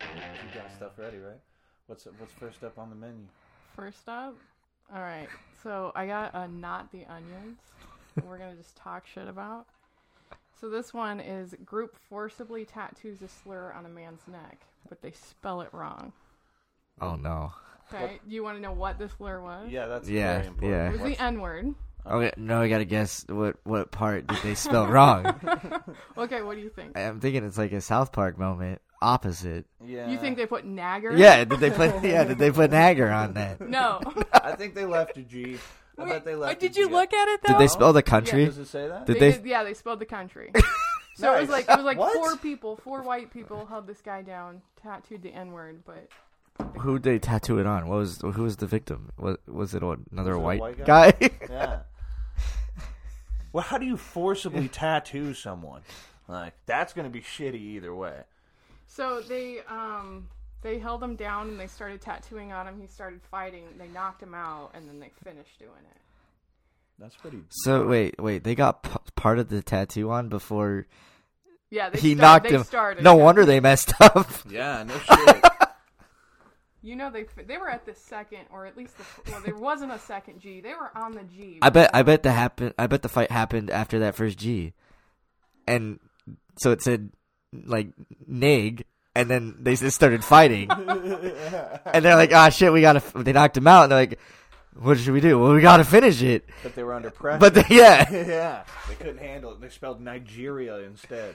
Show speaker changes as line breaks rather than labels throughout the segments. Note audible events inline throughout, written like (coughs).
You got stuff ready, right? What's what's first up on the menu?
First up, all right. So I got a not the onions. We're gonna just talk shit about. So this one is group forcibly tattoos a slur on a man's neck, but they spell it wrong.
Oh no.
Okay, do you want to know what this slur was?
Yeah, that's
Yeah,
very important.
yeah.
It was
What's-
the N word.
Okay, now I gotta guess what what part did they
(laughs)
spell wrong.
Okay, what do you think?
I'm thinking it's like a South Park moment. Opposite.
yeah.
You think they put nagger?
Yeah, did they put yeah, did they put Nagger on that?
No.
I think they left a G. I bet they left.
Wait, did
a
you
G.
look at it though?
Did they spell the country?
Does it say that?
Did
They
they-
did- yeah, they spelled the country. So it was like it was like
What?
four people, four white people held this guy down, tattooed the N word, but
Who did they tattoo it on? What was who was the victim? Was was it another
Was it a
white,
white guy?
guy?
Yeah. (laughs) Well, how do you forcibly tattoo someone? Like that's going to be shitty either way.
So they um they held him down and they started tattooing on him. He started fighting. They knocked him out and then they finished doing it.
That's pretty.
(laughs) so wait, wait, they got p- part of the tattoo on before
Yeah, they
he
start-
knocked
they
him.
Started.
no wonder they messed up.
Yeah,
(laughs)
no shit.
You know they they were at the second or at least the well there wasn't a second G. They were on the G.
I bet I bet the happen I bet the fight happened after that first G. And so it said like Nig and then they just started
(laughs)
fighting. and they're like, "Ah shit, we got to they knocked him out." And they're like, "What should we do?" Well, we got to finish it. (laughs)
but they were under pressure.
But they, yeah. (laughs)
(laughs) yeah, they couldn't handle it. They spelled Nigeria instead.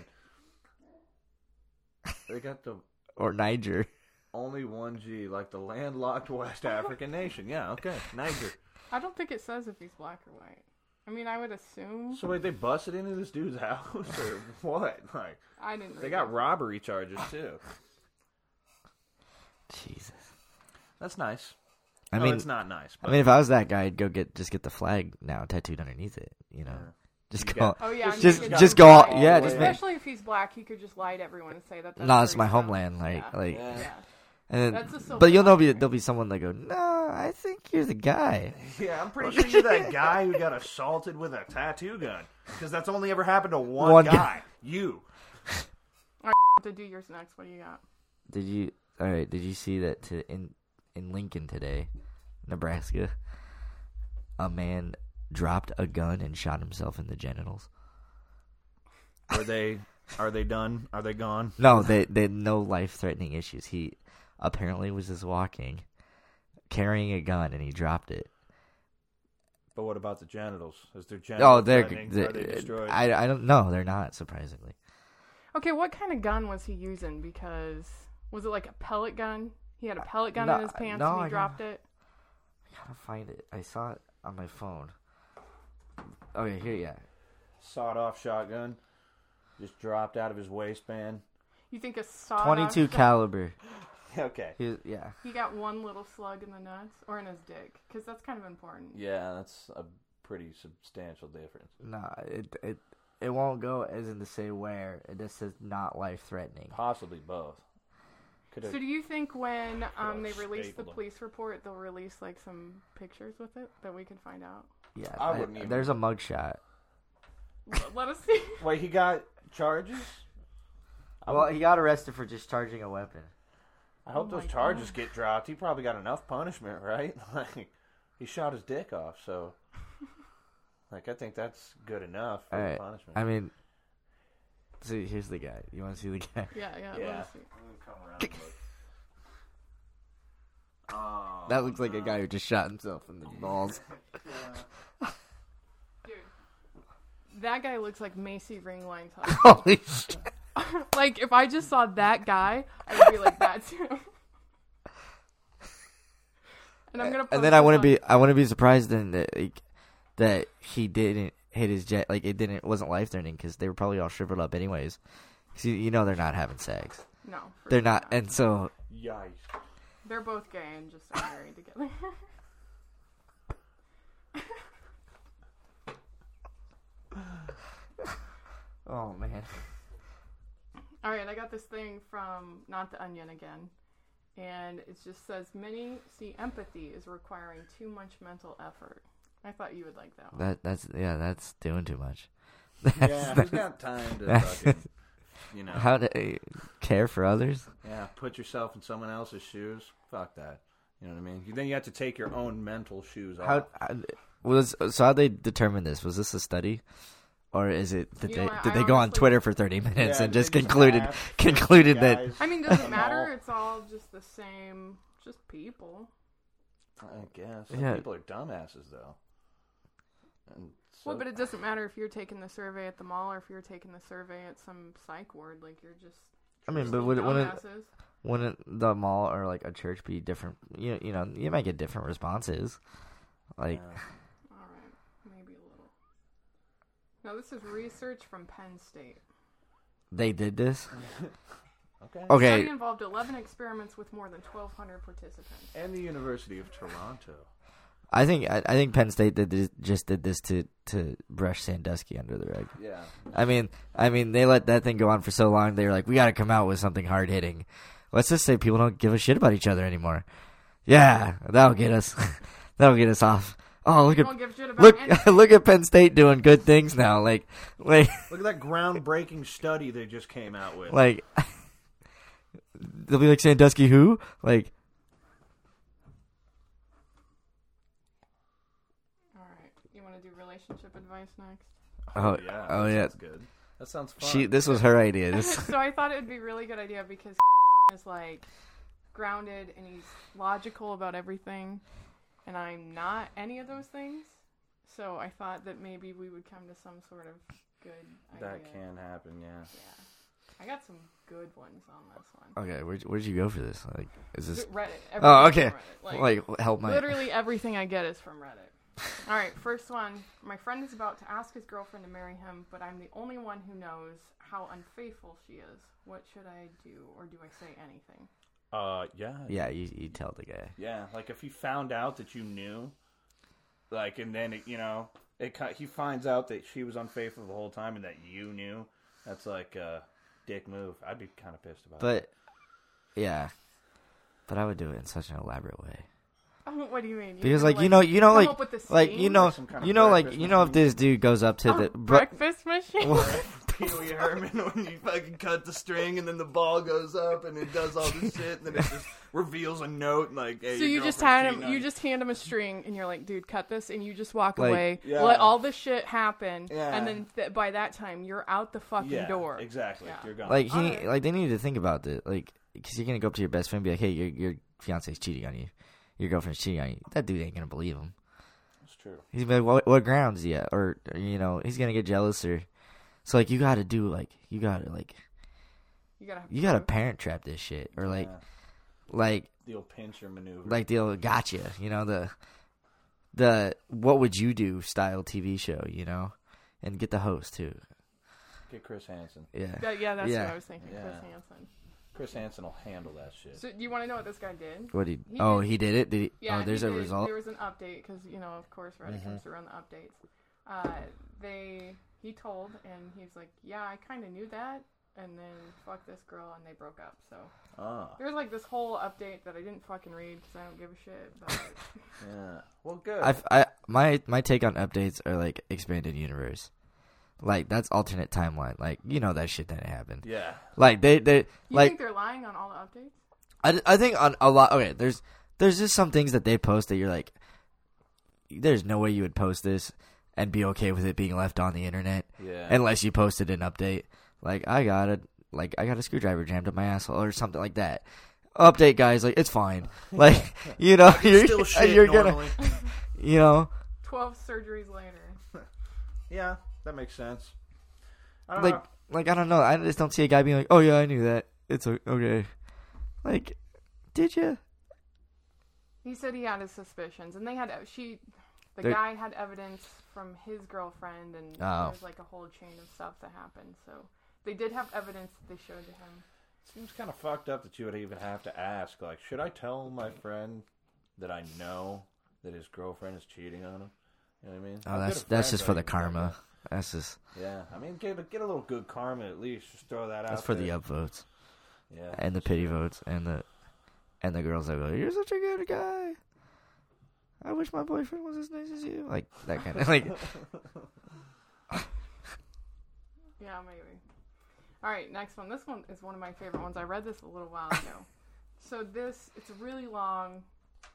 They got the
Or Niger.
only one G, like the landlocked West African nation. Yeah, okay, Niger.
I don't think it says if he's black or white. I mean, I would assume.
So wait, they busted into this dude's (laughs) house or what? Like
I didn't.
they
read
got
it.
robbery charges too.
Jesus.
That's nice.
I
no,
mean,
it's not nice.
I
But
mean if I was that guy, I'd go get just get the flag now tattooed underneath it, you know. Just
You
go.
got-
Oh yeah, I mean,
just-
he could
just
lie.
go all-
yeah, just make-
especially if he's black, he could just lie to everyone and say that. that's
No, it's
where
my
he's from.
homeland like
Yeah.
like
Yeah.
Yeah.
and
That's a
then,
silver
but you'll know be,
lining.
there'll be someone that go, "No, I think you're the guy."
(laughs) Yeah, I'm pretty sure you're that guy who got assaulted with a tattoo gun. Because that's only ever happened to one,
One
guy.
guy.
You.
To do yours next. What do you got?
Did you? All right. Did you see that to, in in Lincoln today, Nebraska? A man dropped a gun and shot himself in the genitals.
Are they are they done? Are they gone?
No, they they had no life threatening issues. He apparently was just walking, carrying a gun, and he dropped it.
But what about the genitals? Is their genitals
Oh, they're,
threatening?
they
are they destroyed?
I I don't know. They're not surprisingly.
Okay, what kind of gun was he using? Because was it like a pellet gun? He had a pellet gun
Uh, No,
in his pants
no,
and he
I-
dropped it.
I gotta find it. I saw it on my phone. Okay, here, yeah.
Sawed off shotgun. Just dropped out of his waistband. (laughs)
You think a sawed
Twenty-two caliber.
Okay.
He, yeah.
He got one little slug in the nuts or in his dick because that's kind of important.
Yeah, that's a pretty substantial difference.
No, it it it won't go as in to say where. This is not life threatening.
Possibly both. Could
So do you think when um, they
have
release the
stapled 'em.
police report, they'll release like some pictures with it that we can find out?
Yeah,
I wouldn't even-
There's a mugshot.
L- (laughs) Let us see.
Wait, he got charges?
Well, he got arrested for just charging a weapon.
I hope
Oh
those
my
charges get dropped. He probably got enough punishment, (laughs) right? Like he shot his dick off, so like I think that's good enough for
All
the
right.
punishment.
I mean, see, here's the guy. You want to see the (laughs) guy?
Yeah, yeah, let
yeah.
us see.
Oh,
That looks like a guy who just shot himself (laughs) in the balls.
Dude, that guy looks like Macy Ringland's husband.
Holy shit!
like if I just saw that guy, I would be like (laughs) that too. and I'm gonna.
And then I wouldn't be I wouldn't be surprised then that like, that he didn't hit his jet like it didn't it wasn't life threatening because they were probably all shriveled up anyways. 'Cause you, you know they're not having sex.
No, for
They're
sure
not, and so
yikes!
They're both gay and just are married together. (laughs)
oh man.
All right, I got this thing from Not the Onion again, and it just says many see empathy is requiring too much mental effort. I thought you would like that one.
That that's yeah, that's doing too much. (laughs) (laughs) That's,
yeah, who's
(laughs)
got time to fucking, you know,
how to uh, care for others?
yeah, put yourself in someone else's shoes? Fuck that. You know what I mean? Then you have to take your own mental shoes off.
How I, was so? How they determine this? Was this a study, or is it did
You
they
know what,
did
I
they go on
honestly-
Twitter for thirty
Yeah,
minutes and
they
just concluded
laugh.
(laughs) (laughs) concluded that
Guys,
I mean,
(laughs)
does it
(laughs)
Small.
matter? It's all just the same, just people.
I guess Some
Yeah.
people are dumbasses though. And so,
well, but it doesn't matter if you're taking the survey at the mall or if you're taking the survey at some psych ward. Like you're just.
I mean, but
just
would it- wouldn't-
dumbasses.
wouldn't the mall or like a church be different? You you know you might get different responses. Like
yeah.
All right, maybe a little. Now this is research from Penn State.
they did this.
okay.
The
Okay,
Study involved 11 experiments with more than 1,200 participants.
And the University of Toronto.
I think I, I think Penn State did this, just did this to to brush Sandusky under the rug.
Yeah.
I mean, I mean, they let that thing go on for so long. They were like, we got to come out with something hard hitting. Let's just say people don't give a shit about each other anymore. Yeah, that'll get us. (laughs) that'll get us off. Oh, look
You won't
at
give a shit about
(laughs) look
anything.
look at Penn State doing good things now. Like like (laughs)
Look at that groundbreaking study they just came out with.
like (laughs) they'll be like Sandusky who like
All right, you want to do relationship advice next?
oh oh
that
yeah.
sounds good. That sounds fun.
She this was her idea. This
(laughs)
(laughs)
so I thought it would be a really good idea because (laughs) is like grounded and he's logical about everything, and I'm not any of those things. So I thought that maybe we would come to some sort of good idea.
that can happen, yeah.
Yeah, I got some good ones on this one.
okay. Where where'd you go for this? Like is this
Reddit.
oh
everything's
okay
from Reddit.
like, help my
Literally everything I get is from Reddit. (laughs) All right, first one. My friend is about to ask his girlfriend to marry him, but I'm the only one who knows how unfaithful she is. What should I do, or do I say anything? (laughs)
Uh yeah.
yeah you you tell the guy
Yeah, like if he found out that you knew like and then it, you know, it ki- he finds out that she was unfaithful the whole time and that you knew. That's like a dick move. I'd be kind of pissed about it. (laughs)
but yeah. But I would do it in such an elaborate way.
Oh, what do you mean? You
Because
gonna,
like you know you know
come
like
up with the
like
scene?
you know
Some kind of
you know like
breakfast
you know if
machine.
this dude goes up
(laughs)
to the
a
bro-
breakfast machine.
Pee Wee Herman when you fucking cut the string and then the ball goes up and it does all this shit and then it
(laughs)
just reveals a note and like. Hey,
So
your
you
girlfriend's
just had him.
cheating on
You just hand him a string, and you're like, "Dude, cut this," and you just walk
Like-
away.
Yeah.
Let all this shit happen,
Yeah.
and then th- by that time, you're out the fucking
yeah,
door.
Exactly,
Yeah.
you're gone.
like he
Alright.
like they need to think about this like because you're gonna go up to your best friend and be like hey your your fiance's cheating on you your girlfriend's cheating on you that dude ain't gonna believe him
that's true.
he's gonna be like what, what grounds yeah or, or you know he's gonna get jealous or so like you gotta do like you gotta like
You gotta. Have
you gotta parent trap this shit or like
Yeah.
like
the old pincher maneuver.
like the old gotcha, you know, the the what would you do style TV show, you know? And get the host too.
Get Chris Hansen.
Yeah.
That- yeah, that's
Yeah.
what I was thinking. Chris
Yeah.
Hansen.
Chris Hansen will handle that shit.
So, do you want to know what this guy did?
What he,
He
Oh,
did-
he did it. Did he?
Yeah,
oh, there's
he
a
did-
result. Mm-hmm.
There was an update because you know, of course, Reddit comes to run the updates. Uh, they he told, and he's like, "Yeah, I kind of knew that." And then fuck this girl, and they broke up. So
Ah,
there's like this whole update that I didn't fucking read because I don't give a shit.
(laughs)
But
yeah. Well, good.
I, I my my take on updates are like expanded universe. Like that's alternate timeline. Like you know that shit that happened.
yeah,
Like they they
you
like
think they're lying on all the updates?
I, I think on a lot. Okay, there's there's just some things that they post that you're like, there's no way you would post this and be okay with it being left on the internet.
Yeah.
Unless you posted an update, like I got a like I got a screwdriver jammed up my asshole or something like that. Update guys, like
(laughs)
it's fine. Like you know, (laughs) you're,
still shit
you're gonna
normally.
you know
Twelve surgeries later.
yeah, that makes sense. I don't
like
know.
like I don't know. I just don't see a guy being like, oh yeah, I knew that. It's o- okay. Like, did you?
He said he had his suspicions, and they had she, the
They-
guy had evidence from his girlfriend, and
Oh.
there's like a whole chain of stuff that happened. So they did have evidence that they showed to him.
Seems kind of fucked up that you would even have to ask. Like, should I tell my friend that I know that his girlfriend is cheating on him? You know what I mean? How
Oh,
good
that's
of
that's
friends
just
are
for
you
the
if you don't
karma. That's just
know? Yeah, I mean, get a, get a little good karma at least. Just throw that out.
that's for the
there.
upvotes.
Yeah,
and the pity votes and the and the girls that go, "You're such a good guy." I wish my boyfriend was as nice as you. Like that kind
(laughs)
of like.
Yeah, maybe. All right, next one. This one is one of my favorite ones. I read this a little while
(laughs)
ago. so this, it's a really long,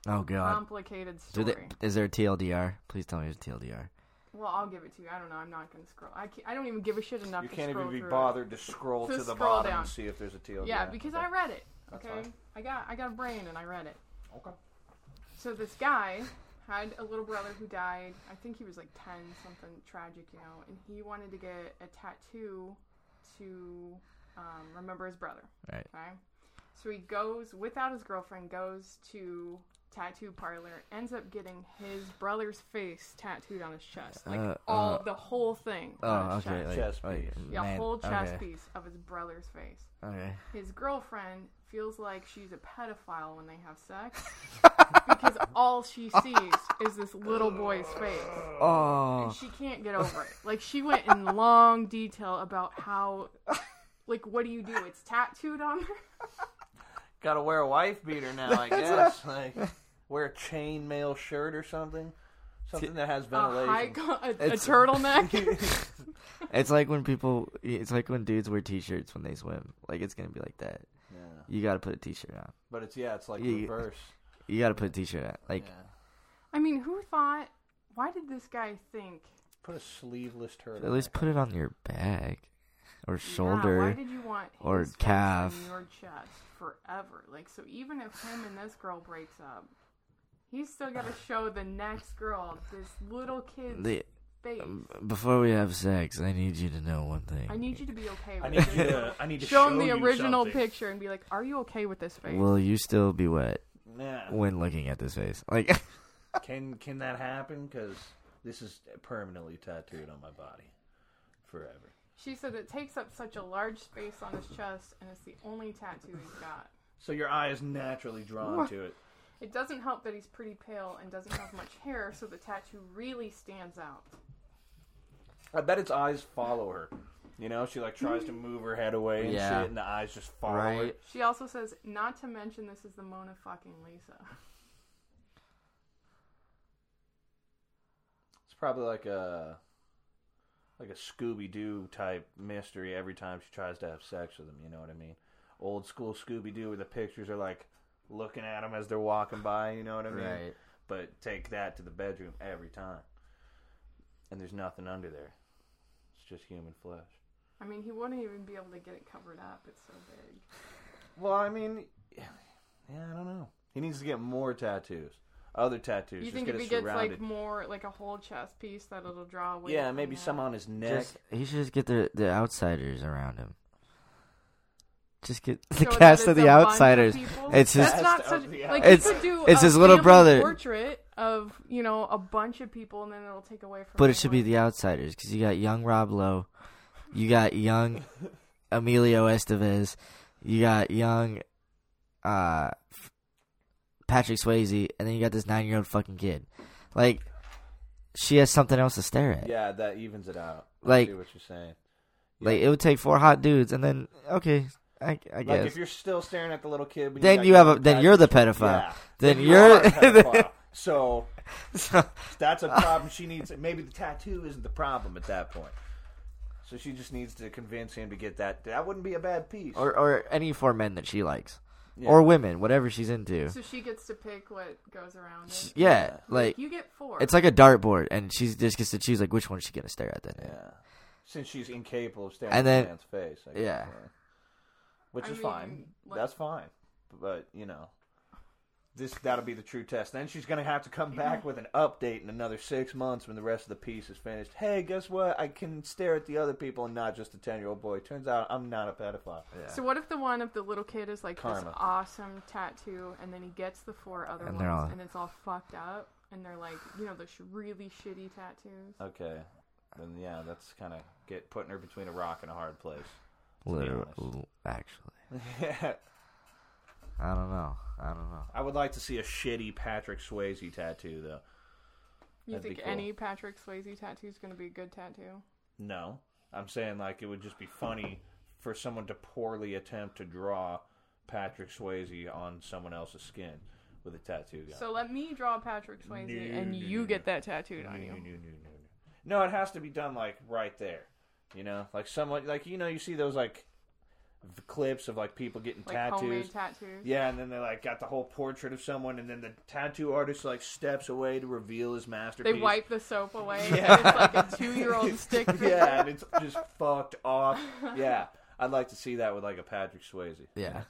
Oh god.
complicated
Do
story.
they, is there a TLDR? Please tell me there's a TLDR.
Well, I'll give it to you. I don't know. I'm not gonna scroll. I, can't, I don't even give a shit enough.
You
to
can't even
scroll
be
through it.
bothered to scroll
To
to the
scroll
bottom
down.
and see if there's a TLDR.
Yeah, because I read it.
That's
Okay,
fine.
I got I got a brain and I read it.
Okay.
So this guy had a little brother who died. I think he was like 10, something tragic, you know, and he wanted to get a tattoo to um, remember his brother.
Right.
Okay. So he goes without his girlfriend, goes to tattoo parlor, ends up getting his brother's face tattooed on his chest, like
Uh,
all
uh.
the whole thing. on
Oh,
his
okay.
Chest.
Like,
Chest
like,
piece.
yeah,
man,
whole chest
okay,
piece of his brother's face
Okay.
his girlfriend feels like she's a pedophile when they have sex because all she sees is this little boy's face.
Oh.
She can't get over it. Like she went in long detail about how like what do you do? It's tattooed on her.
Gotta wear a wife beater now, (laughs) I guess. like, wear a chainmail shirt or something. Something that has
A, high
ventilation.
co- a, a
It's-
turtleneck.
It's like when people. It's like when dudes wear T-shirts when they swim. Like it's gonna be like that.
yeah.
You gotta put a T-shirt on.
But it's, yeah, it's like
Yeah, yeah.
reverse.
You gotta put a T-shirt on. Like
Yeah.
I mean, who thought why did this guy think
Put a sleeveless turtle.
at least put it on your back
Yeah,
or
why
shoulder.
did you want his
or
face
calf.
on your chest forever? Like, so even if him and this girl breaks up, he's still
(sighs)
got to show the next girl this little kid's
The- um,
face.
before we have sex, I need you to know one thing.
I need you to be okay
I
with
need
this.
you
(laughs)
to. (laughs) I need to
(laughs) show
show,
him the
you
original
something.
picture and be like, "Are you okay with this face?"
Will you still be wet
Yeah.
when looking at this face? Like, (laughs)
Can can that happen? Because this is permanently tattooed on my body, forever.
she said it takes up such a large space on his chest, and it's the only tattoo he's got.
So your eye is naturally drawn to it.
It doesn't help that he's pretty pale and doesn't have much hair, so the tattoo really stands out.
I bet its eyes follow her. You know, she like tries to move her head away and
Yeah.
shit, and the eyes just follow her.
She also says, not to mention this is the Mona fucking Lisa.
It's probably like a like a Scooby Doo type mystery. Every time she tries to have sex with him, you know what I mean? Old school Scooby Doo, where the pictures are like looking at him as they're walking by. You know what I mean? But take that to the bedroom every time, and there's nothing under there. It's just human flesh.
I mean, he wouldn't even be able to get it covered up. It's so big.
Well, I mean, yeah, I don't know. He needs to get more tattoos, other tattoos.
you
just
think
get
if
it
he gets
surrounded.
like more, like a whole chest piece, that it'll draw away?
yeah,
from
maybe
that?
some on his neck.
Just, he should just get the the outsiders around him. Just get the
So it's-
cast
it's
of
a
the
bunch of
outsiders.
people? That's
It's his
Cast
not
of
such.
the
Like
Outsiders.
you could do.
It's
a
his little
family
brother.
portrait of you know a bunch of people, and then it'll take away from.
But it should be
everyone.
the outsiders because you got young Rob Lowe, you got young Emilio Estevez, you got young uh, f- Patrick Swayze, and then you got this nine year old fucking kid. Like, she has something else to stare
(laughs)
at.
Yeah, that evens it out. I
Like-
see what you're saying.
Like, it would take four hot dudes, and then okay, I, I
Like
guess.
if you're still staring at the little kid, but
Then
got
you have a
your
then you're the pedophile.
Yeah.
Then
You are
you're
a
(laughs)
pedophile. so that's a problem. She needs maybe the tattoo isn't the problem at that point. So she just needs to convince him to get that. That wouldn't be a bad piece.
or or any four men that she likes
Yeah.
or women, whatever she's into.
So she gets to pick what goes around it.
Yeah, like
You get four.
it's like a dartboard, and she just gets to choose like which one she's gonna stare at. Then
Yeah. Since she's incapable of staring
And
at
then-
the man's face. I
yeah.
Which
I
is
mean,
fine.
like-
That's fine. But, you know, this that'll be the true test. Then she's going to have to come back with an update in another six months when the rest of the piece is finished. Hey, guess what? I can stare at the other people and not just the 10 year old boy. Turns out I'm not a pedophile.
So what if the one of the little kid is like
Karma.
this awesome tattoo, and then he gets the four other
And
ones,
they're all-
and it's all fucked up, and they're like, you know, those sh- really shitty tattoos.
Okay. Then, yeah, that's kind of get putting her between a rock and a hard
(laughs)
place. (laughs)
Literally,
honest.
actually, I don't know. I don't know.
I would like to see a shitty Patrick Swayze tattoo, though.
You
That'd be
think
cool.
any Patrick Swayze tattoo is going to be a good tattoo?
No. I'm saying like it would just be funny for someone to poorly attempt to draw Patrick Swayze on someone else's skin. with a tattoo guy.
So let me draw Patrick Swayze,
No,
and
no,
you
no,
get that tattooed
no,
on you.
no, no, no, no, no. No, it has to be done like right there. You know, like someone like you know you see those like v- clips of like people getting
Like
tattoos.
homemade tattoos.
Yeah, and then they like got the whole portrait of someone, and then the tattoo artist like steps away to reveal his masterpiece. (laughs)
They wipe the soap away.
Yeah.
And it's like a
(laughs)
two-year-old stick figure.
yeah, and it's just fucked off. Yeah, I'd like to see that with like a Patrick Swayze.
Yeah.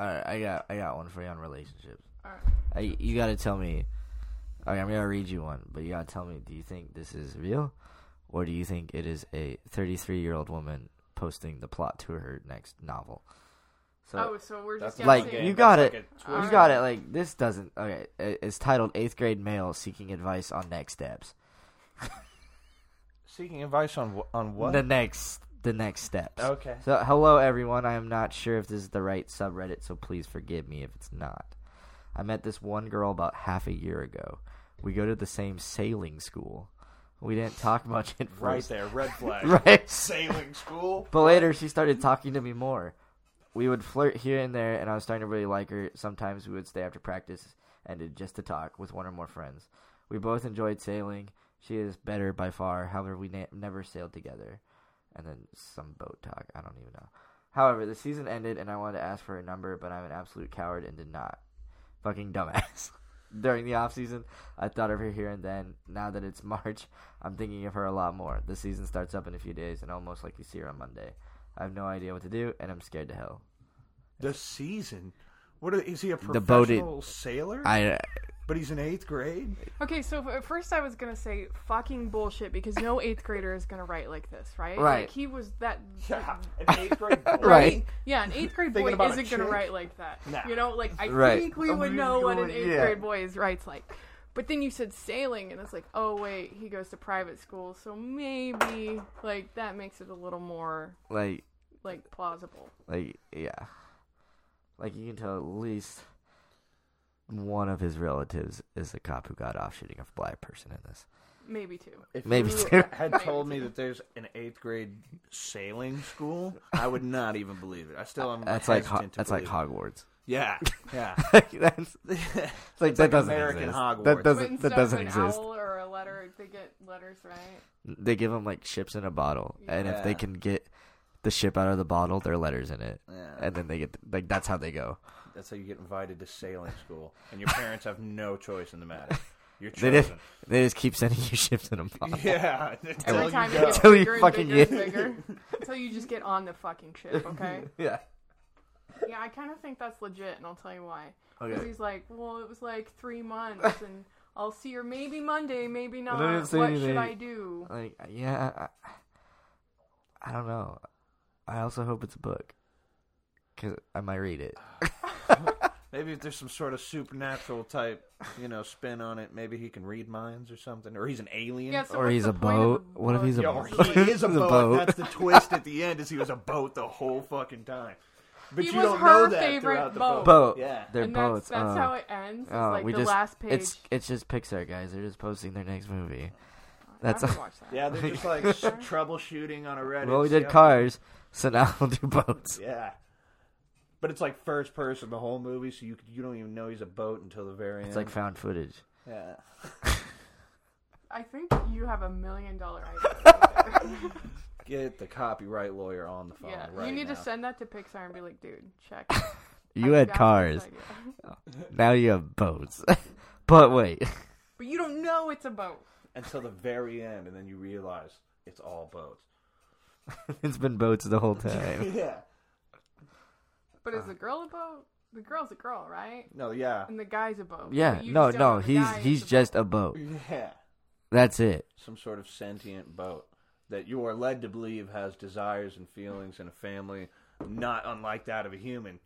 All right, I got I got one for you on relationships.
All right.
I, you got to tell me. Okay, I'm gonna read you one, but you gotta tell me: Do you think this is real, or do you think it is a 33 year old woman posting the plot to her next novel? So
Oh, so we're just
That's
like
Yeah,
guessing.
you
that's
got
like
it,
a
you
twist.
got it. Like this doesn't. Okay, it- it's titled Eighth Grade Male Seeking Advice on Next Steps.
Seeking advice on wh- on what?
The next, the next steps. (laughs)
Okay.
So, hello everyone. I am not sure if this is the right subreddit, so please forgive me if it's not. I met this one girl about half a year ago. We go to the same sailing school. We didn't talk much at
Right
first.
there, red flag.
(laughs) Right.
Sailing school.
But later, she started talking to me more. We would flirt here and there, and I was starting to really like her. Sometimes we would stay after practice and did just to talk with one or more friends. We both enjoyed sailing. She is better by far. However, we na- never sailed together. And then some boat talk. I don't even know. However, the season ended, and I wanted to ask for her number, but I'm an absolute coward and did not. Fucking dumbass. (laughs) During the off season, I thought of her here and then. Now that it's (laughs) March, I'm thinking of her a lot more. The season starts up in a few days, and I'll most likely see her on Monday. I have no idea what to do, and I'm scared to hell.
The season. What are, is he a
The
professional
boated-
sailor?
I
but he's in eighth
(laughs)
grade.
Okay, so at first I was gonna say fucking bullshit because no eighth grader is gonna write like this, right?
Right.
Like he was that.
Yeah, an eighth
(laughs)
grade. Boy.
Right.
Yeah, an eighth grade
(laughs)
boy
Thinking about a
isn't gonna
chick?
write like that.
Nah.
You know, like I
Right.
think we would know what an eighth
Yeah.
grade boy is writes like. But then you said sailing, and it's like, oh wait, he goes to private school, so maybe like that makes it a little more
like
like plausible.
like yeah. Like you can tell at least one of his relatives is the cop who got off shooting a black person in this.
Maybe two.
If
Maybe
you
two.
had told me that there's an eighth grade sailing school, I would not even believe it. I still am.
That's like ho-
hesitant to
that's like
believe
Hogwarts. (laughs)
it. yeah, yeah.
that's
(laughs)
it's like that
like
doesn't
American
exist.
Hogwarts.
That
But
doesn't
instead
that doesn't
of an
exist.
owl or a letter, they get letters, right?
They give them like chips in a bottle, and if they
Yeah.
can get the ship out of the bottle, there are letters in it,
Yeah.
and then they get like that's how they go.
That's how you get invited to sailing school, and your parents have no choice in the matter. You're
They just
chosen. (laughs)
they just keep (laughs) sending you ships in a bottle.
Yeah, until
Every
you
time it
go.
gets
Till you
bigger and
fucking
bigger and
get-
bigger. (laughs) Until you just get on the fucking ship, okay?
(laughs)
(laughs) Yeah.
Yeah, I kind of think that's legit, and I'll tell you why. Because
Okay.
he's like, well, it was like three
(laughs)
months, and I'll see her maybe Monday, maybe not.
didn't
What
say anything.
should I do?
Like yeah, I, I don't know. I also hope it's a book because I might read it.
Maybe if there's some sort of supernatural type, you know, spin on it, maybe he can read minds or something, or he's an alien.
Yeah, so
Or
what's
he's
the
a
point of
boat. What if he's a
Yeah,
boat?
or
boat?
he is a
(laughs) He's a
boat.
boat.
That's the twist at the end is he was a boat the whole fucking time. But
He
you
was
don't
her
know that
favorite
throughout the
boat.
boat.
Boat.
Yeah.
They're
And that's,
boats.
that's
uh,
how it ends. It's
oh,
like
we
the
just,
last page.
It's it's just Pixar guys. They're just posting their next movie. (laughs) That's
I haven't watched that.
Yeah, they're just
(laughs)
like s- troubleshooting on a Reddit.
well, we
see
did
how-
cars, so now we'll do boats.
Yeah. But it's like first person the whole movie, so you you don't even know he's a boat until the very end.
It's like found footage.
yeah.
I think you have a million dollar
(laughs)
idea. right there.
Get the copyright lawyer on the phone.
(laughs) yeah,
right
you need
now.
to send that to Pixar and be like, dude, check.
(laughs) You
I
had
got this
cars.
idea. (laughs)
Now you have boats. (laughs) but wait, (laughs)
But you don't know it's a boat.
until the very end, and then you realize it's all boats.
it's been boats the
(laughs)
whole time.
(laughs)
(laughs)
Yeah.
But
Uh.
is the girl a boat? The girl's a girl, right?
No.
(laughs)
Yeah.
And the guy's a boat.
Yeah.
But you
No,
just don't
no.
know the
He's
guy is
he's
a
just a boat.
Yeah.
That's it.
Some sort of sentient boat that you are led to believe has desires and feelings and a family, not unlike that of a human.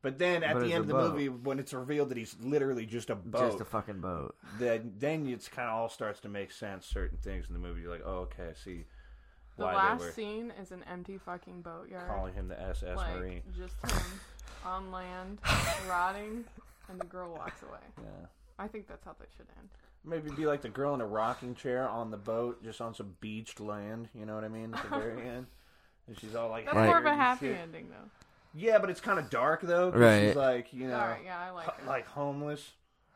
But then at
But
the
it's
end
a
of the
boat.
movie, when it's revealed that he's literally just a boat,
Just a fucking boat.
then then it's kind of all starts to make sense. Certain things in the movie, you're like, oh, okay, I see
The
why
last
they were
scene is an empty fucking boatyard.
calling him the SS
like
Marine.
just
(laughs)
him on land, rotting, and the girl walks away.
Yeah.
I think that's how that should end.
Maybe be like the girl in a rocking chair on the boat, just on some
(laughs)
beached land. You know what I mean? At the very end, and she's all like,
That's
Right.
more of a
haggard and shit.
happy ending, though.
Yeah, but it's kind of dark though. 'cause
Right.
She's like you know,
All right, yeah, I like
ho- (laughs)
it.
like homeless,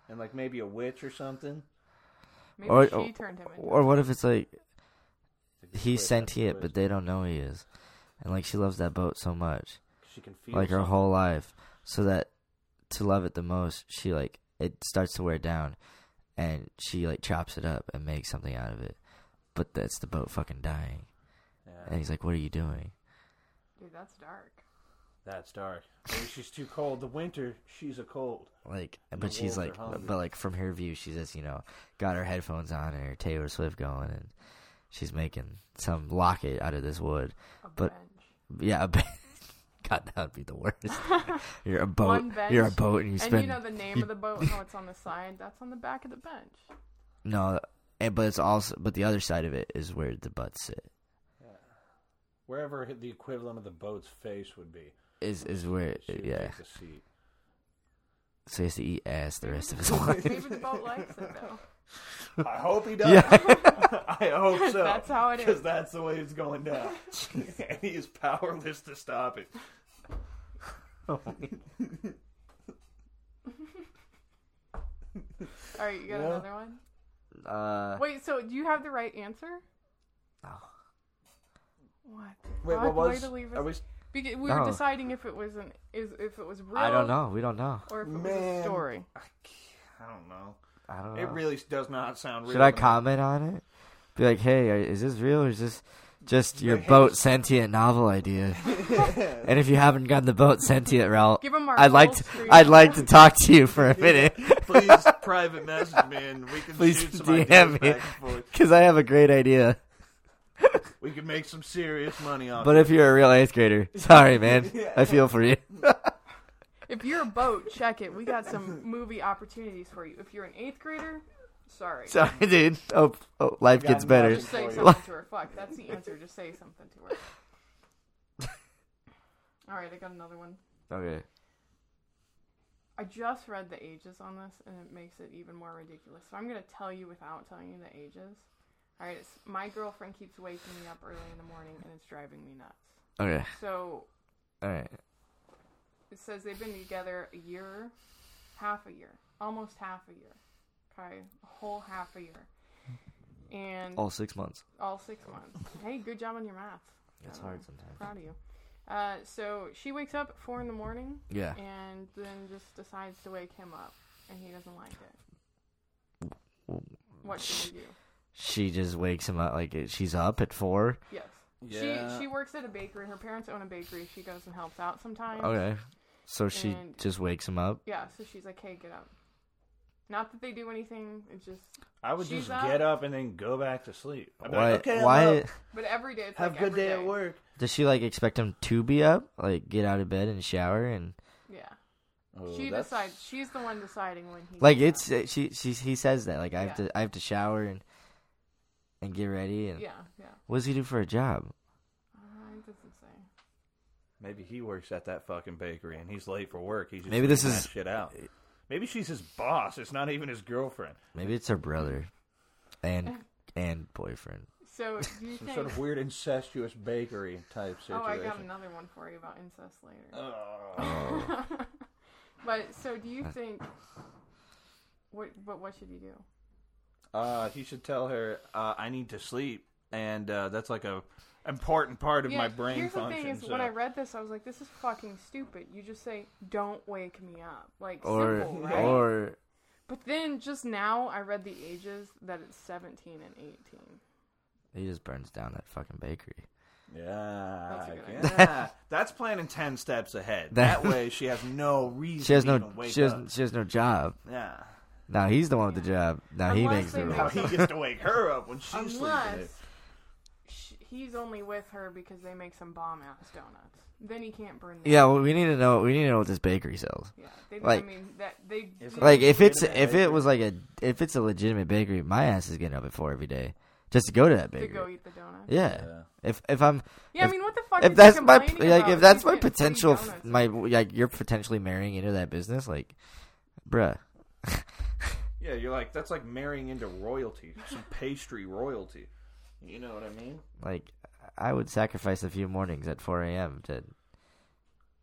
and like maybe a witch or something.
Maybe
Or-
she
or-
turned him into.
Or what if it's
It's
like
a good
he's
twist, that's a
sentient, but
twist.
they don't know he is, and like she loves that boat so much,
she can feel
like her
something.
whole life, so that to love it the most, she like it starts to wear down, and she like chops it up and makes something out of it, but that's the boat fucking dying,
Yeah,
and he's like, "What are you doing?"
Dude, that's dark.
that's dark. Maybe she's too cold. The winter, she's a cold.
Like,
And
but
the
she's
wolves are
like,
hungry.
but like from her view, she's just you know got her headphones on and her Taylor Swift going, and she's making some locket out of this wood.
A
But-
bench.
Yeah, (laughs) a ben- God, that would be the worst. you're a boat.
One bench.
You're a boat, and you
and
spend
you know the name of the boat and how it's on the side? That's on the back of the bench.
(laughs)
no. And, but it's also, but the other side of it is where the butts sit.
Wherever the equivalent of the boat's face would be,
Is is where
she would
Uh, yeah.
take the seat.
So he has to eat ass the rest of (laughs) his life.
Maybe the boat likes it though.
I hope
(laughs)
he does.
yeah,
(laughs) I hope (laughs) so.
(laughs) That's how it
Because
is.
that's the way it's going down. (laughs) and he is powerless to stop it.
All right, you got
Yeah.
another one.
uh,
Wait, so do you have the right answer?
No.
What?
Wait,
Odd
what was?
Way to leave us.
I was
Beca- we
No.
were deciding if it was an is if it was real.
I don't know. We don't know.
Or if it was a
Man.
story.
I, can't- I don't know.
I don't know. Uh,
It really does not sound real.
Should I
to me.
comment on it? Be like, hey, are- is this real or is this just your
Hey,
boat sentient novel (laughs) idea? and if you haven't gotten the boat sentient route,
Give them our.
I'd like
full
to,
screen.
I'd like to talk to you (laughs) for a minute (laughs)
Please private message me and we can
Please
shoot some
DM
ideas
me.
back and forth.
because I have a great idea.
We can make some serious money off.
But if you're a real eighth grader, sorry, man, I feel for (laughs) you.
If you're a boat, check it. We got some movie opportunities for you. If you're an eighth grader, sorry.
Sorry, dude. Oh, oh life
got
gets better.
Just say
For you.
something to her. Fuck, that's the answer. Just say something to her. All right, I got another one.
Okay.
I just read the ages on this, and it makes it even more ridiculous. So I'm gonna tell you without telling you the ages. All right, it's, my girlfriend keeps waking me up early in the morning, and it's driving me nuts.
Okay.
So
All right.
it says they've been together a year, half a year, almost half a year. Okay, a whole half a year, and
All six months.
all six months. Hey, good job on your math.
It's
I don't know.
hard sometimes.
Proud of you. Uh, so she wakes up at four in the morning
Yeah.
and then just decides to wake him up, and he doesn't like it. What should we do?
She just wakes him up like she's up at four.
Yes.
Yeah.
She she works at a bakery. Her parents own a bakery. She goes and helps out sometimes.
Okay. So she
And-
just wakes him up.
Yeah. So she's like, "Hey, get up." Not that they do anything. It's just.
I would
She's
just
up.
get up and then go back to sleep. I'd be
Why?
like, okay, I'm
why?
up.
But every day, it's
Have a
like
good
every
day at work.
Does she like expect him to be up? Like get out of bed and shower and
Yeah.
Oh,
she
that's-
decides. She's the one deciding when he.
like
gets
it's uh, she she he says that like I have
Yeah.
to I have to shower and and get ready
up.
and
Yeah. Yeah.
what does he do for a job?
Uh, it doesn't say.
Maybe he works at that fucking bakery and he's late for work. He's just
Maybe this
figuring
is-
that shit out. Maybe she's his boss. It's not even his girlfriend.
Maybe it's her brother and and boyfriend.
(laughs)
So do you
Some
think?
sort of weird incestuous bakery type
Oh, I got
situation.
another one for you about incest later.
Oh,
(laughs) But so, do you think? What? But what should you do?
Uh, he should tell her uh, I need to sleep, and uh, that's like a important part of my brain
here's
function.
the thing: is
so-
when I read this, I was like, "This is fucking stupid." You just say, "Don't wake me up," like
Or
simple, right?
or
but then just now, I read the ages that it's seventeen and eighteen.
he just burns down that fucking bakery.
yeah,
That's a good
that's yeah, that's planning ten steps ahead. That
(laughs)
way, she has no reason.
She has
to
no
even wake
she has
up.
she has no job.
Yeah,
Now he's the one with the job. Now he
Unless
makes
they
the
make
how
rules.
he gets to wake her up when she's sleeping.
Unless sh he's only with her because they make some bomb ass donuts, then he can't burn. Them.
Yeah, well, we need to know we need to know what this bakery sells.
yeah. They,
like-
I mean, that they
Is
do-
it-
Like if it's
legitimate
if it
bakery.
was like a if it's a legitimate bakery, my ass is getting up at four every day just to go to that
to go
bakery.
eat the donuts.
Yeah.
Yeah.
If if I'm
Yeah,
if-
I mean, what the fuck?
if
is
that's
he
my
complaining
like
about?
if that's
You
my
get free
potential f-
donuts.
my like you're potentially marrying into that business like, bruh.
Yeah, you're like that's like marrying into royalty, some pastry royalty. You know what I mean?
Like I would sacrifice a few mornings at 4 a.m. to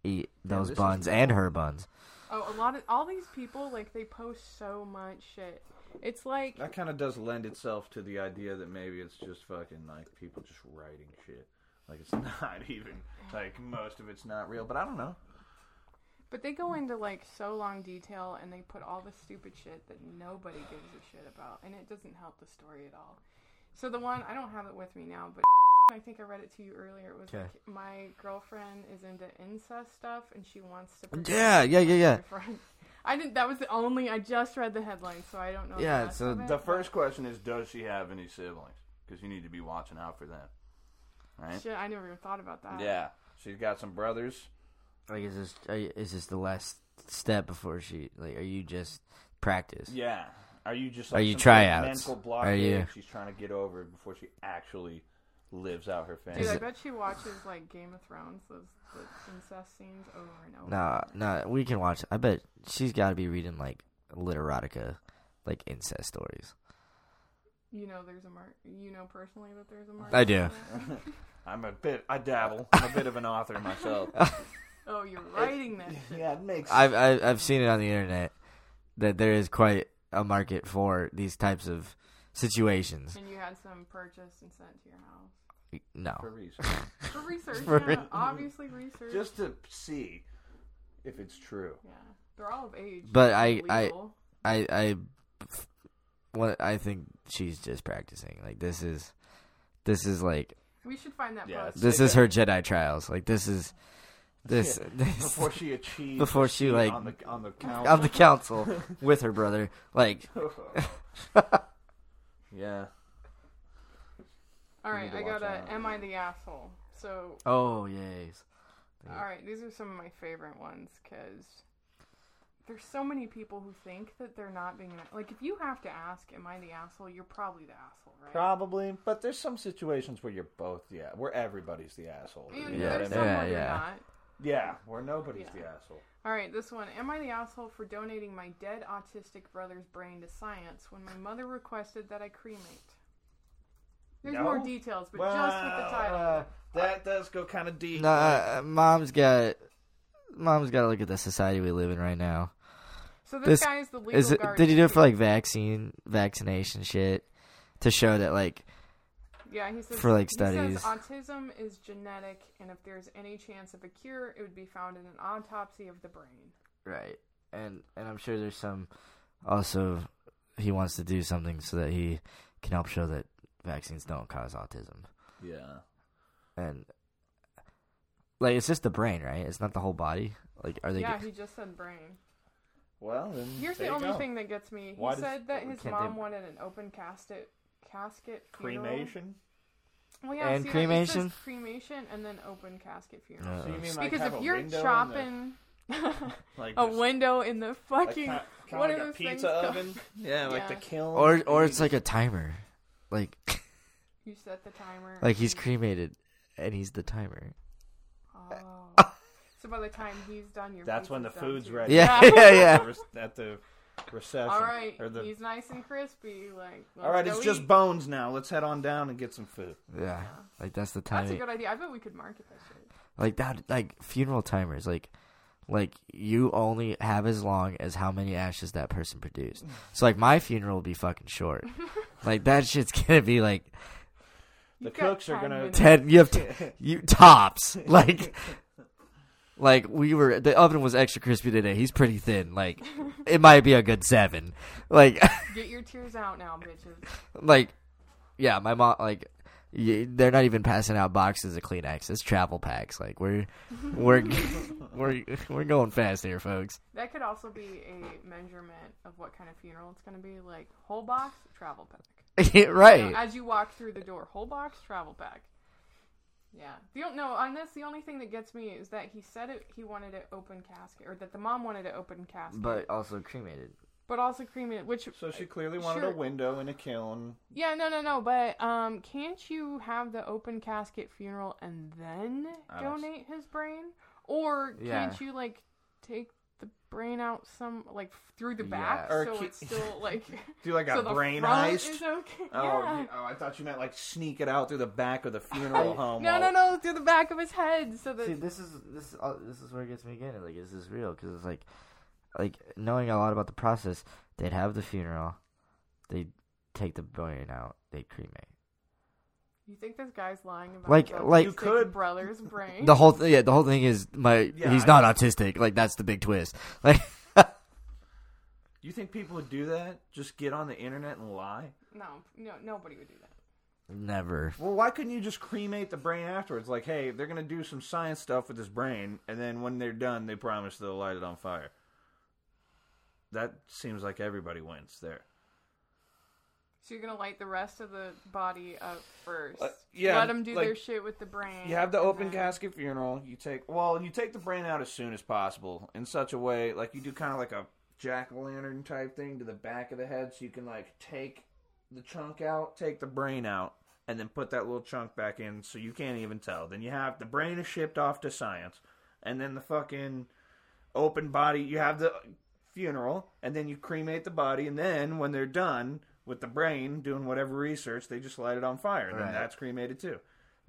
eat those
this is
buns and her buns.
Oh, a lot of all these people like they post so much shit. It's like
That kind of does lend itself to the idea that maybe it's just fucking like people just writing shit. Like it's (laughs) not even like most of it's not real, but I don't know.
But they go into like so long detail and they put all the stupid shit that nobody gives a shit about and it doesn't help the story at all. So the one I don't have it with me now, but (laughs) I think I read it to you earlier. It was
Okay.
like my girlfriend is into incest stuff and she wants to protect
Yeah, yeah, yeah,
her
yeah.
boyfriend. (laughs) I didn't that was the only I just read the headline, so I don't know.
Yeah,
the rest
so
of it,
The
but-
first question is, does she have any siblings? Because you need to be watching out for them, right?
shit I never even thought about that.
Yeah, she's got some brothers.
Like, is this are you- is this the last step before she? Like, are you just practice?
Yeah. Are you just like
Are you
some kind of
tryouts?
Mental
Are
blockade
you-
she's trying to get over before she actually lives out her
Dude,
fantasy.
I bet she watches like Game of Thrones, those the incest scenes over and over.
Nah, nah. We can watch. I bet she's got to be reading like literotica, like incest stories.
You know, there's a mark. You know personally that there's a mark.
I do.
on that?
(laughs) I'm a bit. I dabble. I'm a bit of an author myself. (laughs)
oh, you're (laughs) writing that. Shit.
yeah, it makes.
I've I've, I've seen it on the internet that there is quite a market for these types of situations.
And you had some purchased and sent to
(laughs)
your house
No,
for reasons.
for research.
For
yeah,
real.
obviously research.
just to see if it's
(laughs)
true.
yeah, they're all of age.
But I- I-
Legal.
I I what I think she's just practicing. Like this is this is like
we should find that
Yeah,
book.
it's-
this is her Jedi trials. Like this is this,
Yeah.
(laughs) this
Before she achieves.
Before she,
seat
like-
on the on the count.
of the council with her brother. Like (laughs)
yeah. we
all right,
need to
I
watch
got a.
that.
Am I the asshole? So,
oh yes,
all right, these are some of my favorite ones because there's so many people who think that they're not being an- like. If you have to ask, "Am I the asshole?" You're probably the asshole, right?
Probably, but there's some situations where you're both, yeah, where everybody's the asshole.
You-
You know
Yeah,
what I
there's
mean?
someone
yeah,
you're
yeah.
not.
yeah, where nobody's
Yeah.
the asshole.
All right, this one. Am I the asshole for donating my dead autistic brother's brain to science when my mother requested that I cremate? There's
No?
more details, but just with the
Wow,
title.
uh, that does go kind of deep.
nah, mom's got mom's got to look at the society we live in right now.
so this,
this-
guy is the legal
Is it,
guardian.
did you do it for like vaccine vaccination shit to show that like
yeah, he says,
for, like,
he
studies?
says autism is genetic, and if there's any chance of a cure, it would be found in an autopsy of the brain.
right and and I'm sure there's some also he wants to do something so that he can help show that vaccines don't cause autism
Yeah.
and like it's just the brain right it's not the whole body like are they
Yeah, he just said brain.
Well, then
Here's
there
the
you
only
go.
thing that gets me. He
Why does-
said that his
can't
mom
they-
wanted an open casket, casket funeral.
cremation.
Well, yeah,
And
see, like, it says
cremation?
cremation and then open casket funeral.
Uh,
So you mean like
because
have
if
a
you're
window in the-
chopping
(laughs)
(laughs)
like
a
just-
window in the
like,
fucking
kind
(laughs)
of like
one of
a
those things
pizza
called- (laughs)
oven. Yeah, like the
Yeah.
kiln.
or or it's like a timer like (laughs)
you set the timer,
like he's
and-
cremated and he's the timer
(laughs)
oh. so by the time he's done, your
That's when
pizza's
the
done
food's
too.
ready. (laughs)
yeah
Yeah.
yeah yeah
at the re- at the reception.
All right,
Or the,
he's nice and crispy. Like let's
all right, it's
go
just (laughs)
eat.
bones now. Let's head on down and get some food.
yeah like that's the
That's
timing
a good idea. I bet we could market that shit.
like that like funeral timers like like you only have as long as how many ashes that person produced so like my funeral will be
(laughs)
fucking short like that shit's gonna be (laughs) like
The
You've got
cooks are
10
gonna-
minutes.
10 you have t- you tops (laughs) like like we were the oven was extra crispy today he's pretty thin like it might be a good seven like (laughs)
Get your tears out now, bitches.
like yeah my mom like y- they're not even passing out boxes of Kleenex. It's travel packs. Like we're, we're, (laughs) we're, we're going fast here, folks. (laughs)
That could also be a measurement of what kind of funeral it's going to be. Like whole box, travel pack.
Yeah, right.
As you walk through the door, whole box travel pack. Yeah. The on- no on this, the only thing that gets me is that he said it. He wanted an open casket, or that the mom wanted an open casket,
but also cremated.
but also cremated. Which
So she clearly wanted
Sure.
a window and a kiln.
yeah, no, no, no. But um, can't you have the open casket funeral and then
I don't s-
donate his brain, or
Yeah.
can't you like take the brain out some like through the back,
Yeah. Or
so
ki-
it's
(laughs)
still like
Do like
so
a
the
brain
front
heist?
Is okay.
Oh,
yeah.
you- oh, I thought you meant like sneak it out through the back of the funeral home.
(laughs) No,
while-
no, no, through the back of his head, so that
See, this is this is- uh, this is where it gets me again. Like, is this real? Because it's like, like knowing a lot about the process, they'd have the funeral, they would take the brain out, they would cremate
you think this guy's lying about
Like-
his
like-
You
autistic
could-
brother's brain.
the whole. Th- yeah, the whole thing is my.
Yeah,
he's
I-
not autistic. Like that's the big twist. (laughs) Like,
You think people would do that? Just get on the internet and lie?
no, no, nobody would do that.
never.
Well, why couldn't you just cremate the brain afterwards? Like, hey, they're gonna do some science stuff with this brain, and then when they're done, they promise they'll light it on fire. That seems like everybody wins there.
So you're gonna light the rest of the body up first.
Uh, yeah,
let them do
like,
their shit with the brain.
You have the
and
open
then-
casket funeral. You take well, you take the brain out as soon as possible in such a way, like you do kind of like a jack o' lantern type thing to the back of the head, so you can like take the chunk out, take the brain out, and then put that little chunk back in, so you can't even tell. Then you have the brain is shipped off to science, and then the fucking open body. You have the funeral, and then you cremate the body, and then when they're done with the brain doing whatever research, they just light it on fire, and
Right.
then that's cremated too.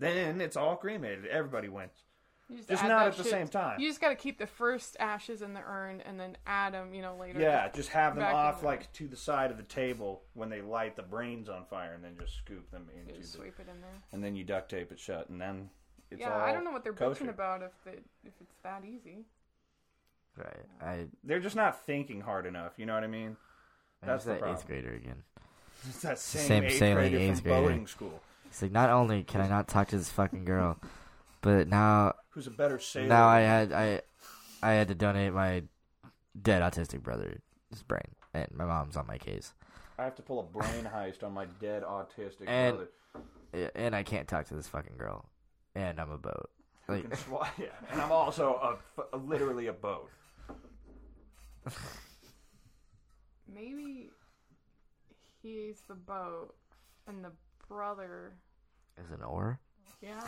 Then it's all cremated. Everybody wins.
You just
Just
add
not
that
at the
shit-
same time.
You just got to keep the first ashes in the urn and then add them, you know, later.
Yeah, just have them
Back in
off
the-
like to the side of the table when they light the brains on fire, and then just scoop them
Just-
into
just
the,
sweep it in there.
and then you duct tape it shut, and then it's
yeah,
all
I don't know what they're
kosher.
bitching about if they, if it's that easy.
Right. I.
They're just not thinking hard enough. You know what I mean? (laughs) That's
That's
the
that
problem.
eighth grader again.
It's that same,
Same
eighth
sailing
grader
eighth
from
grader.
boating school
It's like not only can I not talk to this fucking girl,
(laughs)
but now
who's a better sailor.
now I had I I had to donate my dead autistic brother's brain, and my mom's on my case,
I have to pull a brain heist on my dead autistic
And-
brother. (laughs)
Yeah, and I can't talk to this fucking girl, and I'm a boat. Like,
Can swallow- yeah, and I'm also a f- a, literally a boat.
Maybe he's the boat and the brother.
is an oar?
Yeah.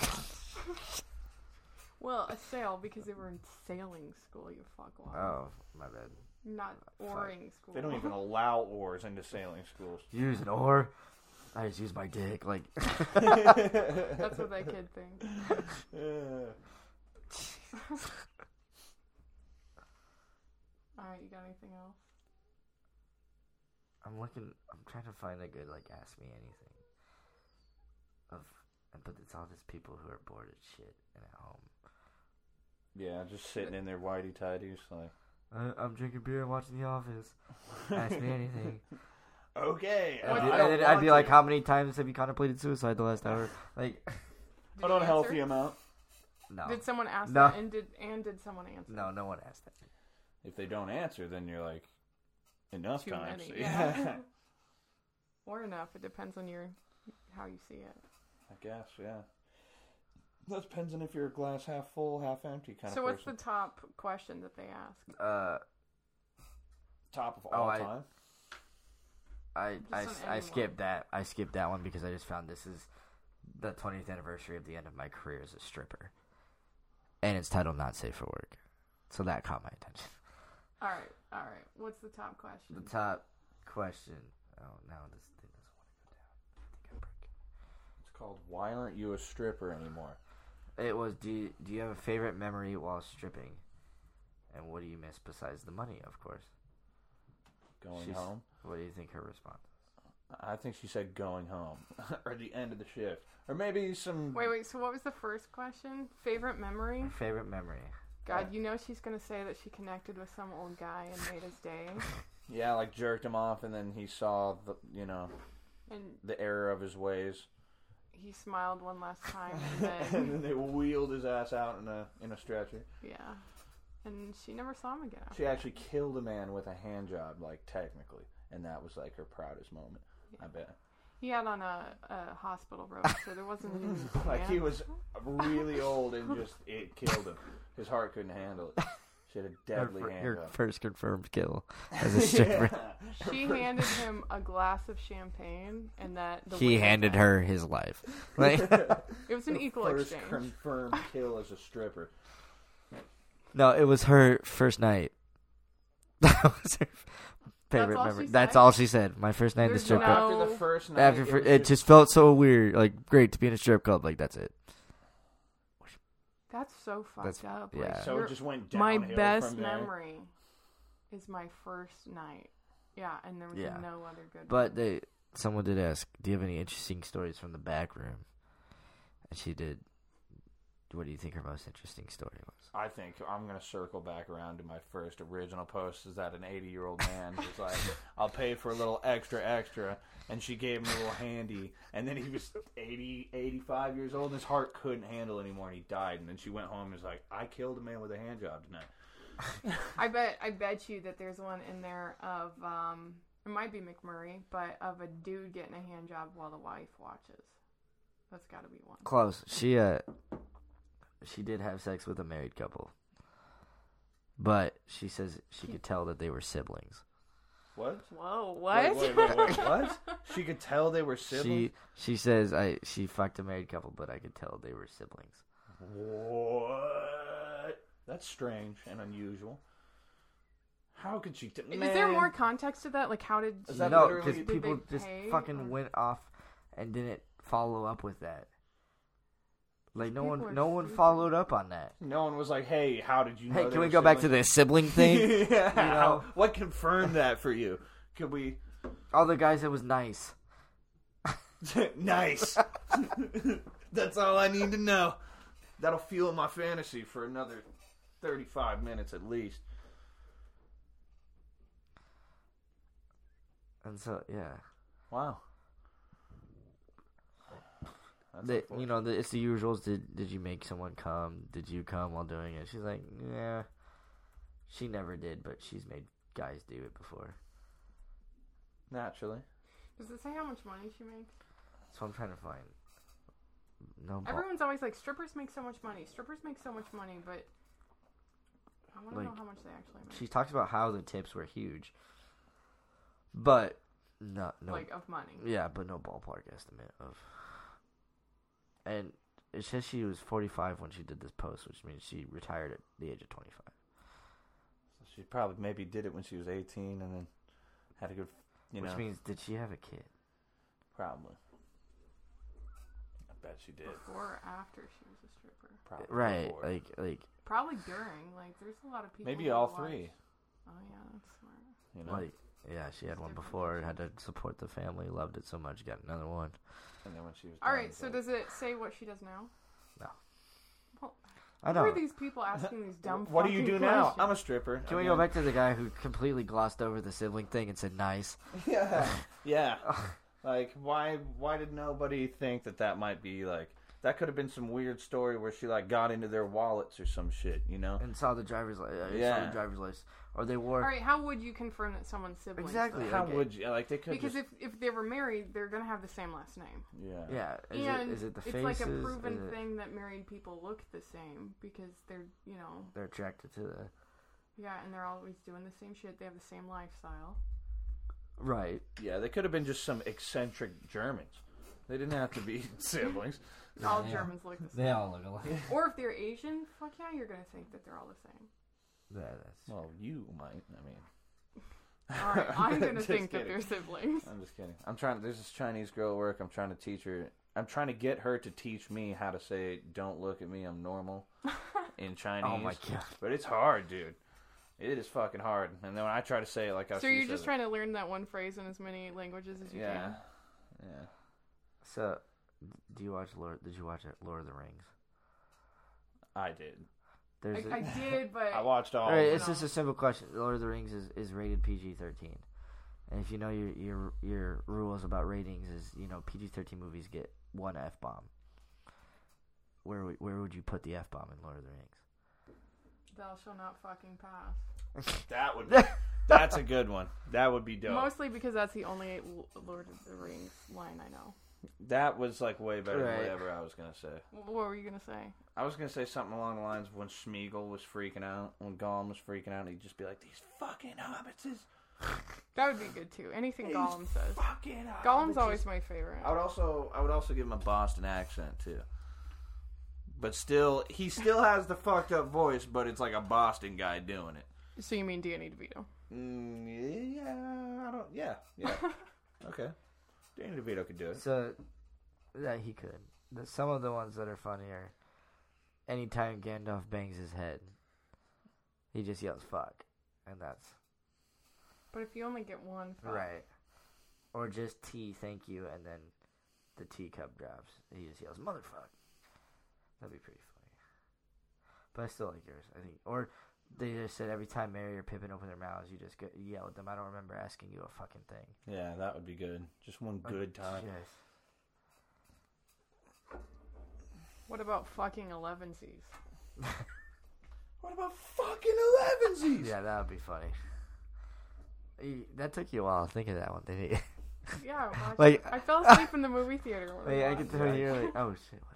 (laughs) well, a sail because they were in sailing school. You fuckwad.
Oh, my bad.
Not oaring school.
They don't even allow oars into sailing schools. (laughs)
Use an oar. I just use my dick. Like, (laughs)
That's what that kid thinks.
Uh,
All right, you got anything else?
I'm looking. I'm trying to find a good like ask me anything. Of, but it's all just people who are bored as shit and at home.
yeah, just sitting in their whitey tidies, like
I, Uh, I'm drinking beer and watching The Office. Ask me
(laughs)
anything.
(laughs) okay.
And,
I
then-
don't
and then I'd
want
be
to.
like, "How many times have you contemplated suicide the last hour?" Like, (laughs)
Did
an
you
unhealthy
answer?
amount.
no,
Did someone ask
No.
that? And did and did someone answer?
no, no one asked that.
If they don't answer, then you're like enough
Too
times.
many. Yeah. or enough. It depends on your how you see it.
(laughs) I guess. Yeah. That depends on if you're a glass half full, half empty kind
so
of
what's
person.
the top question that they ask?
Uh,
Top of
Oh,
all
I-
time.
I
Just on
I, I
anyone.
skipped that. I skipped that one because I just found this is the 20th anniversary of the end of my career as a stripper, and it's titled "Not Safe for Work," so that caught my attention.
All right, all right. What's the top question?
The top question. Oh, now this thing doesn't want to go down. I think I broke it.
It's called "Why Aren't You a Stripper Anymore?"
It was do you, do you have a favorite memory while stripping? And what do you miss besides the money, of course?
Going
She's-
home.
What do you think her response?
I think she said going home (laughs) or the end of the shift or maybe some.
Wait, wait. So what was the first question? Favorite memory?
Your favorite memory.
God, you know she's gonna say that she connected with some old guy and made his day,
(laughs)
Yeah, like jerked him off, and then he saw the you know
and
the error of his
(laughs)
ways,
he smiled one last time,
(laughs)
and
and
then
then they wheeled his ass out in a in a stretcher.
yeah, and she never saw him again.
She actually killed a man with a hand job, like technically, and that was like her proudest moment. I bet. (laughs)
He had on a, a hospital robe, so there wasn't even
(laughs)
a
Like he
plan.
was really old
(laughs)
and just it killed him. His heart couldn't handle it. She had a deadly hand
your
job.
first confirmed (laughs) kill as a stripper.
(laughs)
She handed him a glass of champagne, and that the
He
waiter
handed
had-
her his life. (laughs) Like,
It was an equal
First
exchange.
confirmed kill as a stripper.
no, it was her first night (laughs) That was her favorite
all
memory.
she
That's
said?
all she said. My first night in the
There's
strip
no-
club.
After the first night,
After fir-
was
it just felt so weird. Like great to be in a strip club. Like that's it.
That's so fucked
That's-
up.
yeah.
Like,
so
you're-
it just went
my
downhill
best
from there.
memory is my first night. Yeah, and there was
Yeah.
no other good.
But they someone did ask, "Do you have any interesting stories from the back room?" And she did. What do you think her most interesting story was?
I think I'm gonna circle back around to my first original post. Is that an 80 year old man was
(laughs)
like, "I'll pay for a little extra, extra," and she gave him a little handy, and then he was 80, 85 years old, and his heart couldn't handle anymore, and he died. And then she went home and was like, "I killed a man with a hand job tonight."
(laughs)
I bet I bet you that there's one in there of um it might be McMurray, but of a dude getting a hand job while the wife watches. That's got to be one.
Close. She uh, she did have sex with a married couple, but she says she could tell that they were siblings.
What?
Whoa, what?
Wait, wait, wait, wait,
(laughs)
what? She could tell they were siblings.
She she says I she fucked a married couple, but I could tell they were siblings.
What? That's strange and unusual. How could she? T-
Is there more context to that? Like, how did
Is
she,
that
no,
literally-
because
Did
they
people just
pay
fucking
or-
went off and didn't follow up with that. Like no
People are
one, no one
stupid.
followed up on that.
No one was like, "Hey, how did you?" know
Hey,
they
can we
were
go back to
siblings?"
the
(laughs)
sibling thing? (laughs)
yeah.
know?
What confirmed that for you? Could we? (laughs)
All the guys that was nice.
nice. (laughs) That's all I need to know. That'll fuel my fantasy for another thirty-five minutes at least.
And so yeah,
Wow. That's
they,
unfortunate.
you know, the, it's the usuals. Did did you make someone come? Did you come while doing it? She's like, yeah. She never did, but she's made guys do it before.
naturally.
Does it say how much money she makes?
So I'm trying to find. No, ball-
Everyone's always like, strippers make so much money. Strippers make so much money, but I want to know
Like,
how much they actually make.
she talks about how the tips were huge, but no, no,
Like of money.
yeah, but no ballpark estimate of. And it says she was 45 when she did this post, which means she retired at the age of 25.
She probably maybe did it when she was eighteen, and then had a good, you
which
know,
means did she have a kid?
probably. I bet she did.
Before or after she was a stripper.
Probably
Right,
before.
like like
Probably during. Like, there's a lot of people.
maybe
who
all
watch-
three.
Oh, yeah, that's smart.
You know,
like yeah, she had one before, had to support the family, loved it so much, got another one.
and then when she was
All
done,
Um,
right.
it's
So
like-
does it say what she does now?
No.
Well,
I
who are
know. Uh,
these people asking these dumb?
What do you do
fucking
now?
questions?
I'm a stripper.
Can we
Again.
go back to the guy who completely glossed over the sibling thing and said nice?
(laughs) Yeah, yeah. (laughs) like, why? Why did nobody think that that might be like that? Could have been some weird story where she like got into their wallets or some shit. You know?
And saw the driver's li- uh, saw
Yeah.
the driver's license, or they wore
All right. How would you confirm that someone's siblings?
Exactly.
How
okay.
would you? Like, they could
Because
just.
if, if they were married, they're gonna have the same last name.
yeah.
yeah. Is
and
it is it the
it's
faces?
like a
Is
proven
it-
thing that married people look the same because they're you know
They're attracted to the
yeah, and they're always doing the same shit. They have the same lifestyle.
right.
Yeah, they could have been just some eccentric Germans. They didn't have to be (laughs) siblings.
all
yeah.
Germans
(laughs)
look the same.
They all look alike.
Or if they're Asian, fuck yeah, you're gonna think that they're all the
(laughs)
same.
Yeah, that's
Well, you might. I mean,
All right, I'm gonna
Just
think that
kidding.
they're siblings.
I'm just kidding. I'm trying. There's this Chinese girl at work. I'm trying to teach her. I'm trying to get her to teach me how to say "Don't look at me. I'm
(laughs)
normal" in Chinese.
Oh my god.
But it's hard, dude. It is fucking hard. And then when I try to say it like I
So you're just trying to learn that one phrase in as many languages as you
Yeah.
can.
Yeah.
So, do you watch Lord? Did you watch it, Lord of the Rings?
I did.
There's
I, I
a- (laughs)
did, but
I watched all
all right.
of it.
It's just a simple question. Lord of the Rings is, is rated PG thirteen, and if you know your your your rules about ratings is you know PG thirteen movies get one f bomb. Where would- where would you put the f bomb in Lord of the Rings?
thou shall not fucking pass.
That
(laughs)
would be, That's a good one. That would be dope.
Mostly because that's the only L- Lord of the Rings line I know.
that was like way better
Right.
than whatever I was gonna say.
Wh- What were you gonna say?
I was gonna say something along the lines of when Smeagol was freaking out, when Gollum was freaking out, and he'd just be like, "These fucking hobbits is
That would be good too. Anything
He's
Gollum says.
fucking." Hobbits.
Gollum's
is-"
always my favorite.
I would also, I would also give him a Boston accent too. But still, he still has the fucked up voice, but it's like a Boston guy doing it.
So you mean Danny DeVito?
Mm, yeah, I don't. Yeah,
(laughs)
yeah. okay. Danny DeVito could do it.
So that he could. The- Some of the ones that are funnier. Anytime Gandalf bangs his head, he just yells "fuck," and that's
But if you only get one, fuck.
right. Or just "T, thank you," and then the teacup drops. He just yells "motherfuck." That'd be pretty funny. But I still like yours. I think. Or they just said every time Mary or Pippin open their mouths, you just go, yell at them. I don't remember asking you a fucking thing.
Yeah, that would be good. Just one
Like,
good time.
yes.
What about fucking elevensies?
What about fucking elevensies?
Yeah, that would be funny. Y- That took you a while to think of that one, didn't you?
Yeah, watch-
(laughs) Like-
I fell asleep in the movie theater. when I
(laughs) Like, I
watched
could tell
it.
you were like, oh shit. What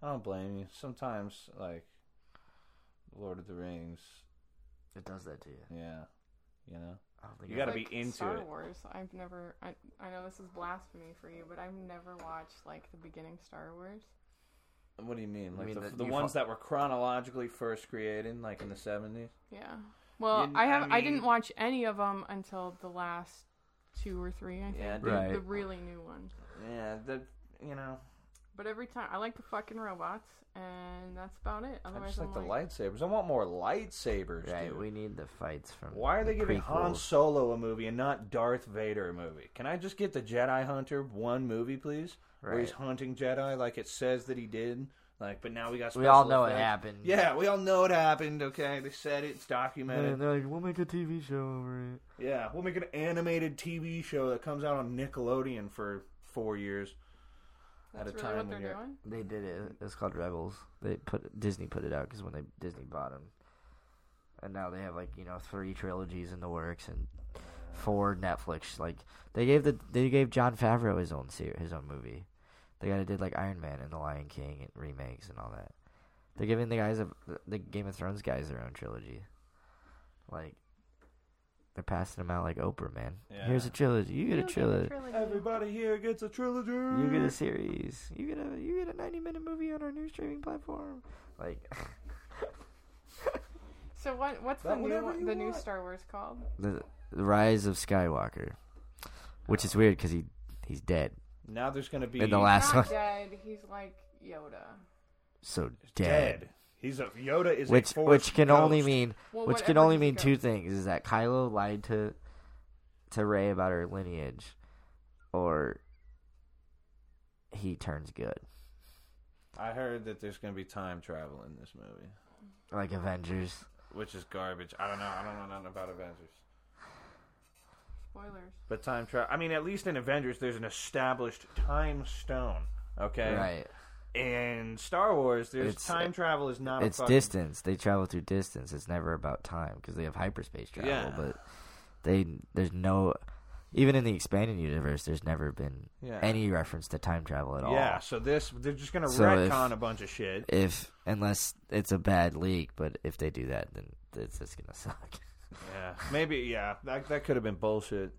I don't blame you. Sometimes, like Lord of the Rings,
it does that to you.
yeah, you know,
I don't think
You
I-
gotta be into
Star
it.
Wars. I've never. I, I know this is blasphemy for you, but I've never watched like the beginning Star Wars.
what do you mean? Like
mean
the,
that
the
you
ones
fo-
that were chronologically first created, like in the seventies.
Yeah. Well,
You-
I have. I,
I
didn't
mean-
watch any of them until the last two or three. I think
Yeah,
the,
Right.
the really new ones.
yeah. The you know,
But every time I like the fucking robots, and that's about it.
I
Otherwise,
just
I'm
like the lightsabers. I want more lightsabers,
Right,
dude.
we need the fights from.
Why are
the
they giving Han
prequels.
Solo a movie and not Darth Vader a movie? Can I just get the Jedi Hunter one movie, please? Where he's
Right.
hunting Jedi like it says that he did. Like, but now we got.
We all
special
know it
effects.
happened.
Yeah, we all know it happened. Okay, they said it. It's
And
documented.
(laughs) they're like, we'll make a TV show over it.
Yeah, we'll make an animated TV show that comes out on Nickelodeon for four years
That's
at a
really
time
what
when
they're
you're.
doing.
They did it. It's called Rebels. They put Disney put it out because when they Disney bought them, and now they have like you know three trilogies in the works and four Netflix. Like they gave the they gave John Favreau his own ser- his own movie. They got did like Iron Man and The Lion King and remakes and all that. They're giving the guys of the Game of Thrones guys their own trilogy. Like they're passing them out like Oprah, man. Here's a
Yeah.
trilogy. You get a
You'll get
trilogy.
trilogy.
Everybody here gets a trilogy.
You
Mm.
get a series. You get a you get a ninety minute movie on our new streaming platform. Like (laughs)
So what? What's the
But
new
whatever
one,
you
the new
want.
Star Wars called?
the, the rise of Skywalker, which is weird because he he's dead.
Now there's going to be
In the last- That's
Not
what-
dead. He's like Yoda.
So dead.
dead. He's a Yoda is a
Which
Force
which can only
ghost.
mean
Well,
which can
whatever
only
he's
mean
got.
two things: is that Kylo lied to to Ray about her lineage, or he turns good,
I heard that there's going to be time travel in this movie,
like Avengers.
which is garbage. I don't know. I don't know nothing about Avengers.
Spoilers.
But time travel. I mean, at least in Avengers, there's an established time stone. Okay.
Right.
In Star Wars, there's
It's-
time travel is not.
it's
a fucking,
distance. They travel through distance. It's never about time because they have hyperspace travel.
Yeah.
But they there's no even in the expanded universe. There's never been
Yeah.
any reference to time travel at all.
Yeah. So this, they're just going to
So if-
retcon a bunch of shit.
If unless it's a bad leak, but if they do that, then it's just gonna suck. (laughs)
Yeah, (laughs) maybe. Yeah, that that could have been bullshit.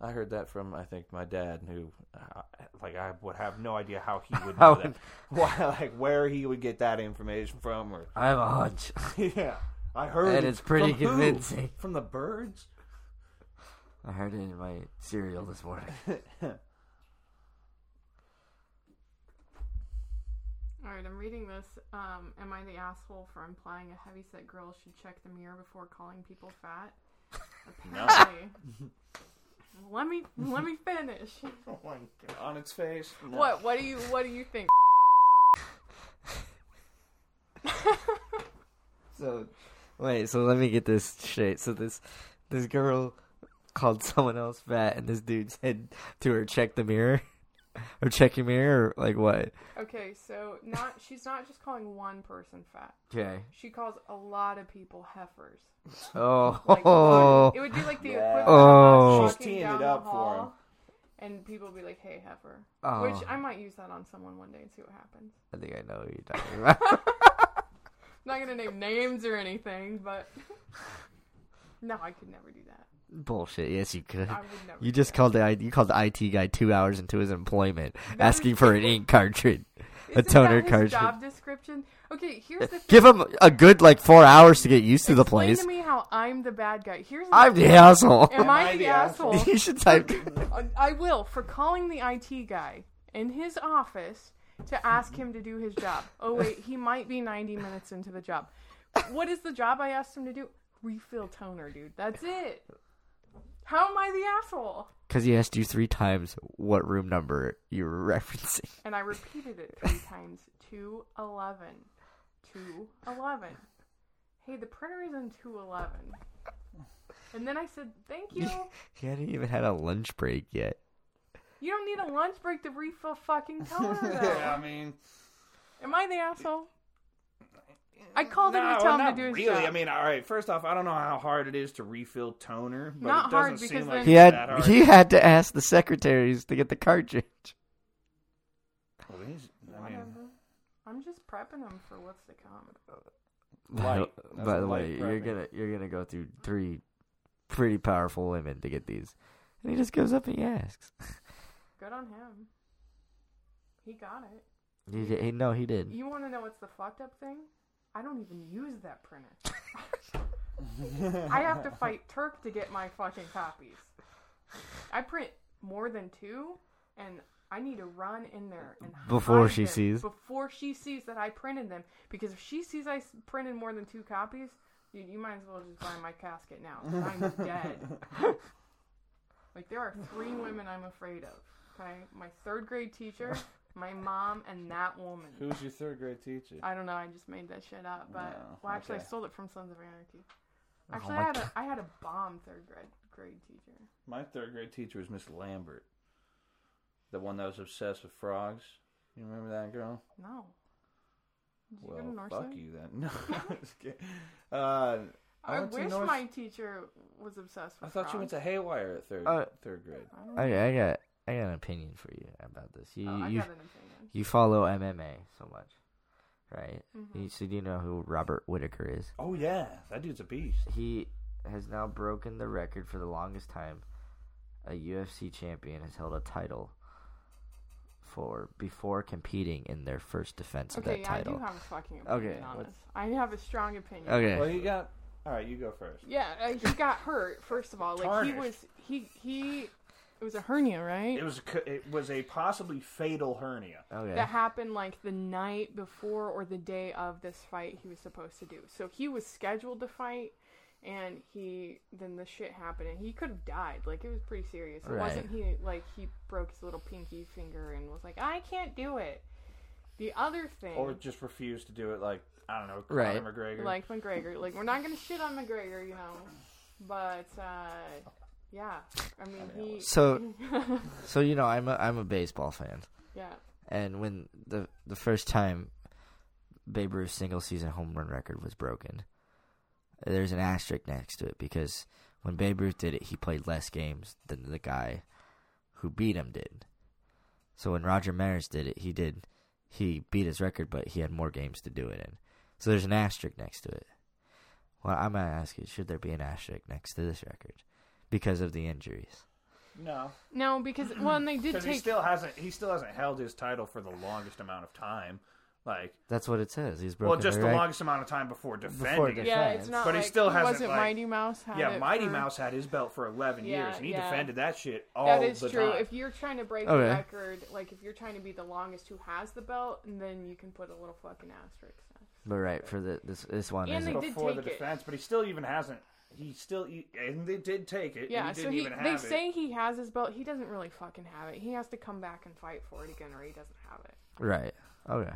I heard that from I think my dad, who uh, like I would have no idea how he would know that, (laughs) why, like where he would get that information from, or (laughs)
I have a hunch.
yeah, I heard,
And it's pretty
From who?
convincing.
from the birds.
I heard it in my cereal this morning.
All right, I'm reading this. Um, am I the asshole for implying a heavyset girl should check the mirror before calling people
(laughs)
fat? Apparently. let me let me finish.
Oh my God. On its face. (laughs) No.
What what do you what do you think?
So wait, so let me get this straight. So this this girl called (laughs) someone else fat and this dude said to her, check the mirror. (laughs) or check your mirror or like what?
Okay, so not she's not just calling one person fat.
Okay.
She calls a lot of people heifers.
Oh,
(laughs)
(laughs)
Like,
oh.
it would be like the
Yeah.
equivalent
Oh.
of us
She's
walking
teeing
down
it up for
the hall, and people would be like, "Hey, heifer,"
Oh.
which I might use that on someone one day and see what happens.
I think I know what you're talking about. (laughs)
not gonna name names or anything, but (laughs) no, I could never do that.
Bullshit. Yes, you
(laughs)
could.
I would never.
You
do
just
that. (laughs)
called the I- you called the IT guy two hours into his employment asking for an ink cartridge. a toner
that his
cartridge.
Job description. Okay, here's the thing.
Give him a good like four hours to get used to the
Explain
place.
to me how I'm the bad guy. Here's the
I'm the asshole.
(laughs) Am I the asshole?
(laughs) you should
(laughs)
type.
Uh, I will for calling the IT guy in his office to ask him to do his job. Oh wait, he might be 90 minutes into the job. What is the job I asked him to do? Refill toner, dude. That's it. How am I the asshole?
Because he asked you three times what room number you were (laughs) referencing.
And I repeated it three (laughs) times. 211. 211. Hey, the printer is in 211. And then I said,
(laughs)
thank you.
He hadn't even had a lunch break yet.
You don't need a lunch break to refill
(laughs)
fucking toner, though.
(laughs) Yeah, I mean,
Am I the asshole? I called him
Mm, no,
to tell him
not
to do his
really.
job. (laughs)
I mean, all right. First off, I don't know how hard it is to refill toner, but
Not
it doesn't
hard because
seem like
then-
it's
He
that
had
hard.
he had to ask the secretaries to get the cartridge.
Well, he's- I mean,
Whatever. I'm just prepping him for what's to come.
(laughs) By,
Light. That's
by
a
the
light
way, you're
prepping.
gonna you're gonna go through three pretty powerful women to get these, and he just goes up and he asks.
Good on him. He got it.
He, did- he no, he did.
You want to know what's the fucked up thing? I don't even use that
(laughs)
printer. I have to fight Turk to get my fucking copies. I print more than two, and I need to run in there and
Before
hide
she
them
sees.
before she sees that I printed them. Because if she sees I s- printed more than two copies, you, you might as well just buy my casket now. 'cause
(laughs)
I'm dead. like there are three women I'm afraid of. Okay, my third grade teacher, my mom, and that woman.
Who's your third grade teacher?
I don't know. I just made that shit up. But
No,
well, actually, I
okay. Oh
stole it from Sons of Anarchy. Actually,
my
I had a I had a bomb third grade grade teacher.
My third grade teacher was Miss Lambert, the one that was obsessed with frogs. You remember that girl?
No. Did you go to
Well,
North
fuck
Side?
you then. (laughs)
(laughs)
No, I'm just kidding. Uh, I
I,
went to
wish
North-
my teacher was obsessed
I
with.
thought you went to Haywire at third
Uh,
third
(laughs)
grade.
I, don't know.
Okay, I got I got an opinion for you about this. You
Oh, I
you
got an opinion.
you follow MMA so much, right?
Mhm.
Mm-hmm.
You, so do you know who Robert Whitaker is?
Oh yeah, that dude's a beast.
He has now broken the record for the longest time a UFC champion has held a title for before competing in their first defense of
Okay,
that
yeah, I
title.
do have a fucking opinion
Okay,
on
what's-
this. I have a strong opinion.
Okay.
Well, he got. All right, you go first.
Yeah, uh, he got hurt. First of all, like he
Tarnished.
was he he it was a hernia, right?
It was a, c- it was a possibly fatal hernia.
Okay.
that happened like the night before or the day of this fight he was supposed to do. So he was scheduled to fight and he then the shit happened and he could have died. Like it was pretty serious. It
Right.
wasn't he like he broke his little pinky finger and was like, I can't do it. The other thing
Or just refused to do it, like I don't know, Conor
Right.
McGregor.
like McGregor. Like we're not gonna shit on McGregor, you know. But uh yeah. I mean he (laughs)
So so you know I'm a I'm a baseball fan,
Yeah.
and when the the first time Babe Ruth's single season home run record was broken, there's an asterisk next to it because when Babe Ruth did it, he played less games than the guy who beat him did. So when Roger Maris did it, he did he beat his record, but he had more games to do it in. So there's an asterisk next to it. Well, I'm gonna ask you: Should there be an asterisk next to this record because of the injuries?
(laughs)
no,
No, because well and they did
because he
take
still hasn't he still hasn't held his title for the longest amount of time. Like,
That's what it says. He's broken
well, just
the
the
rec-
longest amount of time before defending.
Before
it.
defending.
Yeah,
defense.
it's not.
But he
like,
still hasn't,
Wasn't
like-
Mighty Mouse had
Yeah,
it
Mighty
for-
Mouse had his belt for 11
Yeah,
years, and he
yeah.
defended that shit all
That is
the
true.
time.
If you're trying to break the
Okay.
record, like if you're trying to be the longest who has the belt, then you can put a little fucking asterisk. next.
But right for the this this one
And
isn't.
they did
before the
take it.
defense, but he still even hasn't. He still he, and they did take it.
Yeah,
and he
so
didn't
he
even have
they
it.
say he has his belt. He doesn't really fucking have it. He has to come back and fight for it again, or he doesn't have it.
right. Okay.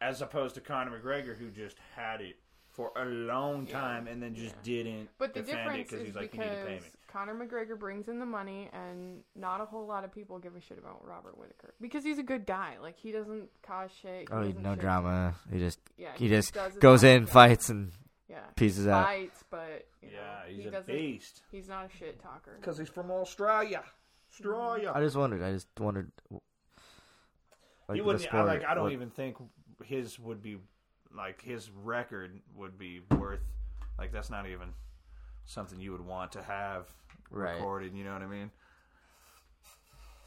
as opposed to Conor McGregor, who just had it for a long time and then just didn't
But the
defend it
difference
because
is
he's like, you need a
because
payment.
Conor McGregor brings in the money, and not a whole lot of people give a shit about Robert Whitaker because he's a good guy. Like he doesn't cause shit. He
Oh, he-
doesn't
no
shit.
drama. He just
Yeah,
he just
does his
goes
own
in,
job.
fights, and
Yeah,
pieces out.
fights, but you know,
Yeah, he's
he
a
doesn't.
beast
He's not a shit talker.
because he's from Australia. Australia.
I just wondered. I just wondered. Like
you
the
wouldn't. I,
sport,
like I don't
what-
even think his would be like his record would be worth like that's not even something you would want to have
Right.
recorded. You know what I mean?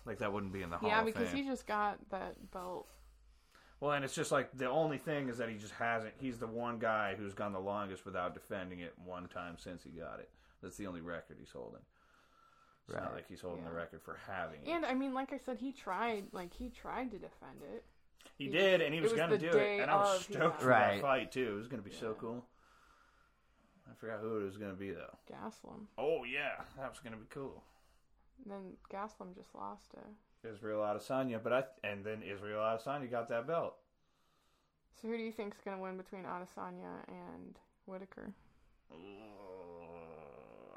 Like that wouldn't be in the Hall
Yeah,
of
because
Fame.
he just got that belt.
Well, and it's just like the only thing is that he just hasn't. He's the one guy who's gone the longest without defending it one time since he got it. That's the only record he's holding. It's not
Right.
like he's holding the
Yeah.
record for having it.
And I mean, like I said, he tried. Like he tried to defend it.
He
He-
did, and he
it
was,
was
gonna
the
do it,
day
and I was
of he
stoked
got
for
it.
that fight too. It was gonna be so
Yeah.
cool. I forgot who it was gonna be though.
Gaslam.
Oh yeah, that was gonna be cool.
Then Gaslam just lost it.
Israel Adesanya, but I and then Israel Adesanya got that belt.
So who do you think's gonna win between Adesanya and Whitaker?
Uh,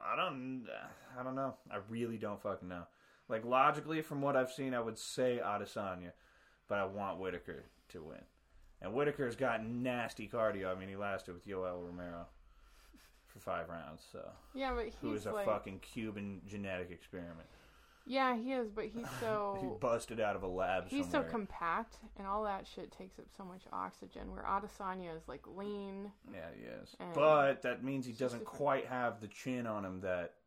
I don't. I don't know. I really don't fucking know. Like logically, from what I've seen, I would say Adesanya, but I want Whitaker to win. And Whitaker's got nasty cardio. I mean, he lasted with Yoel Romero for five rounds, so
Yeah, but he's
who is a
like,
fucking Cuban genetic experiment.
yeah, he is,
(laughs)
but he's
He
so
busted out of a lab
Oh. he's so
somewhere.
compact, and all that shit takes up so much oxygen. Where Adesanya is like lean.
yeah, he is.
and
But that means he
it's just
doesn't
different.
quite have the chin on him that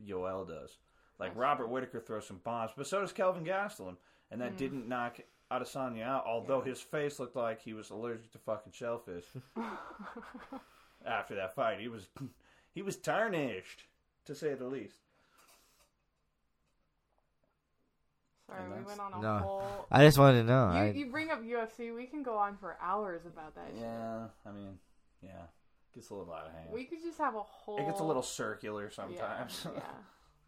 Yoel does. Like
That's
Robert Whitaker throws some bombs, but so does Kelvin Gastelum, and
Mm.
that didn't knock Adesanya out. Although his face looked like he was allergic to fucking
(laughs)
shellfish (laughs) after that fight. He was (laughs) he was tarnished, to say the least.
Sorry,
And
we
that's-
went on a
No. (laughs)
whole.
I just wanted to know.
You,
I,
you bring up UFC, we can go on for hours about that. shit.
Yeah, I mean, yeah, gets a little out of hand.
We could just have a whole.
it gets a little circular
Yeah,
(laughs) sometimes.
yeah.
(laughs)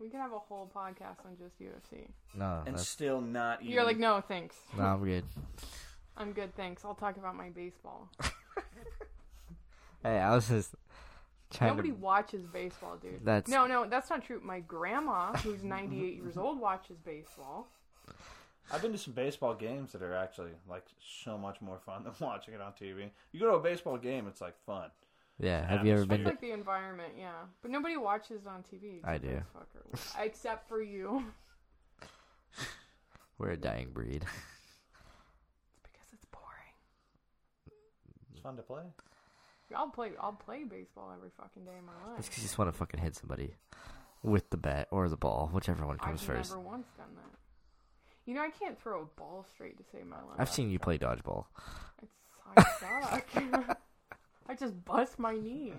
We can have a whole podcast on just UFC.
no,
and
that's,
still not even.
You're like, no, thanks.
no, I'm good.
I'm good, thanks. I'll talk about my
(laughs)
baseball.
Hey, I was just trying
Nobody
to.
watches baseball, dude.
That's-
No, no, that's not true. My grandma, who's 98 years old, watches baseball.
I've been to some baseball games that are actually like so much more fun (laughs) than watching it on TV. You go to a baseball game, it's like fun.
Yeah, have you ever
atmosphere.
been?
It's
to-
like the environment, yeah. But nobody watches it on TV.
I
except
do.
for this fucker. Except for you. (laughs)
We're a dying breed. (laughs)
It's because it's boring.
It's fun to play.
I'll play. I'll play baseball every fucking day of my
It's 'cause
life.
you just want to fucking hit somebody with the bat or the ball, whichever one comes
I've
first.
never once done that. You know, I can't throw a ball straight to save my life.
I've seen you play dodgeball.
I suck. (laughs) I just bust my knee,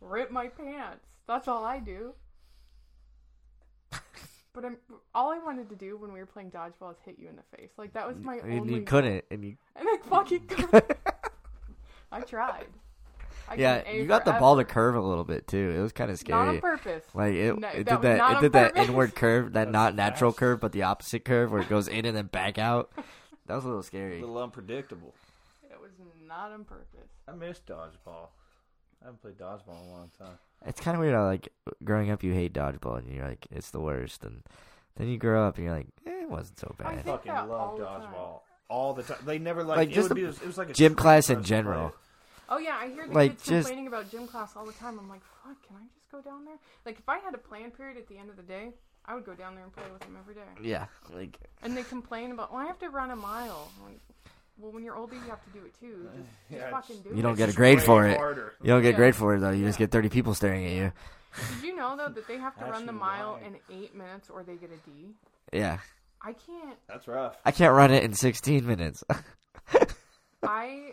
rip my pants. That's all I do. But I'm all I wanted to do when we were playing dodgeball is hit you in the face. Like that was my
And
only.
you couldn't, and you
And I
(laughs)
fucking couldn't. I tried. I
yeah,
couldn't aim
you got the
for
ball
ever.
to curve a little bit too. It was kind of
Not on
scary.
purpose.
Like it,
No,
it
that was
did
not
that, it
on
did that
purpose.
inward curve, that
That's
not natural
fast.
curve, but the opposite curve where it goes in and then back out. (laughs) That was a little
A
scary.
little unpredictable.
It was not on purpose.
I miss dodgeball. I haven't played dodgeball in a long time.
It's kind of weird. How, like growing up, you hate dodgeball, and you're like, it's the worst. And then you grow up, and you're like, eh, it wasn't so
I
bad.
think
Fucking
that all
love
the
dodgeball. All the time. They never like,
Like,
it,
just
would be,
the
it was like a
Gym
sport
class
for
in
us to
general.
play.
Oh yeah, I hear the
Like,
kids
just-
complaining about gym class all the time. I'm like, fuck, can I just go down there? Like if I had a plan period at the end of the day, I would go down there and play with them every day.
Yeah,
(laughs)
like
And they complain about, well, I have to run a mile. I'm like, well, when you're older, you have to do it too.
(laughs)
Just, just
Yeah,
fucking
it's-
do
you
it.
don't get a
just
grade
way
for it.
harder.
You don't get
Yeah.
a grade for it though. You just
Yeah.
get thirty people staring at you.
Did you know though that they have to run the
Actually,
mile
why?
in eight minutes or they get a D?
Yeah,
I can't.
That's rough.
I can't run it in sixteen minutes. (laughs)
I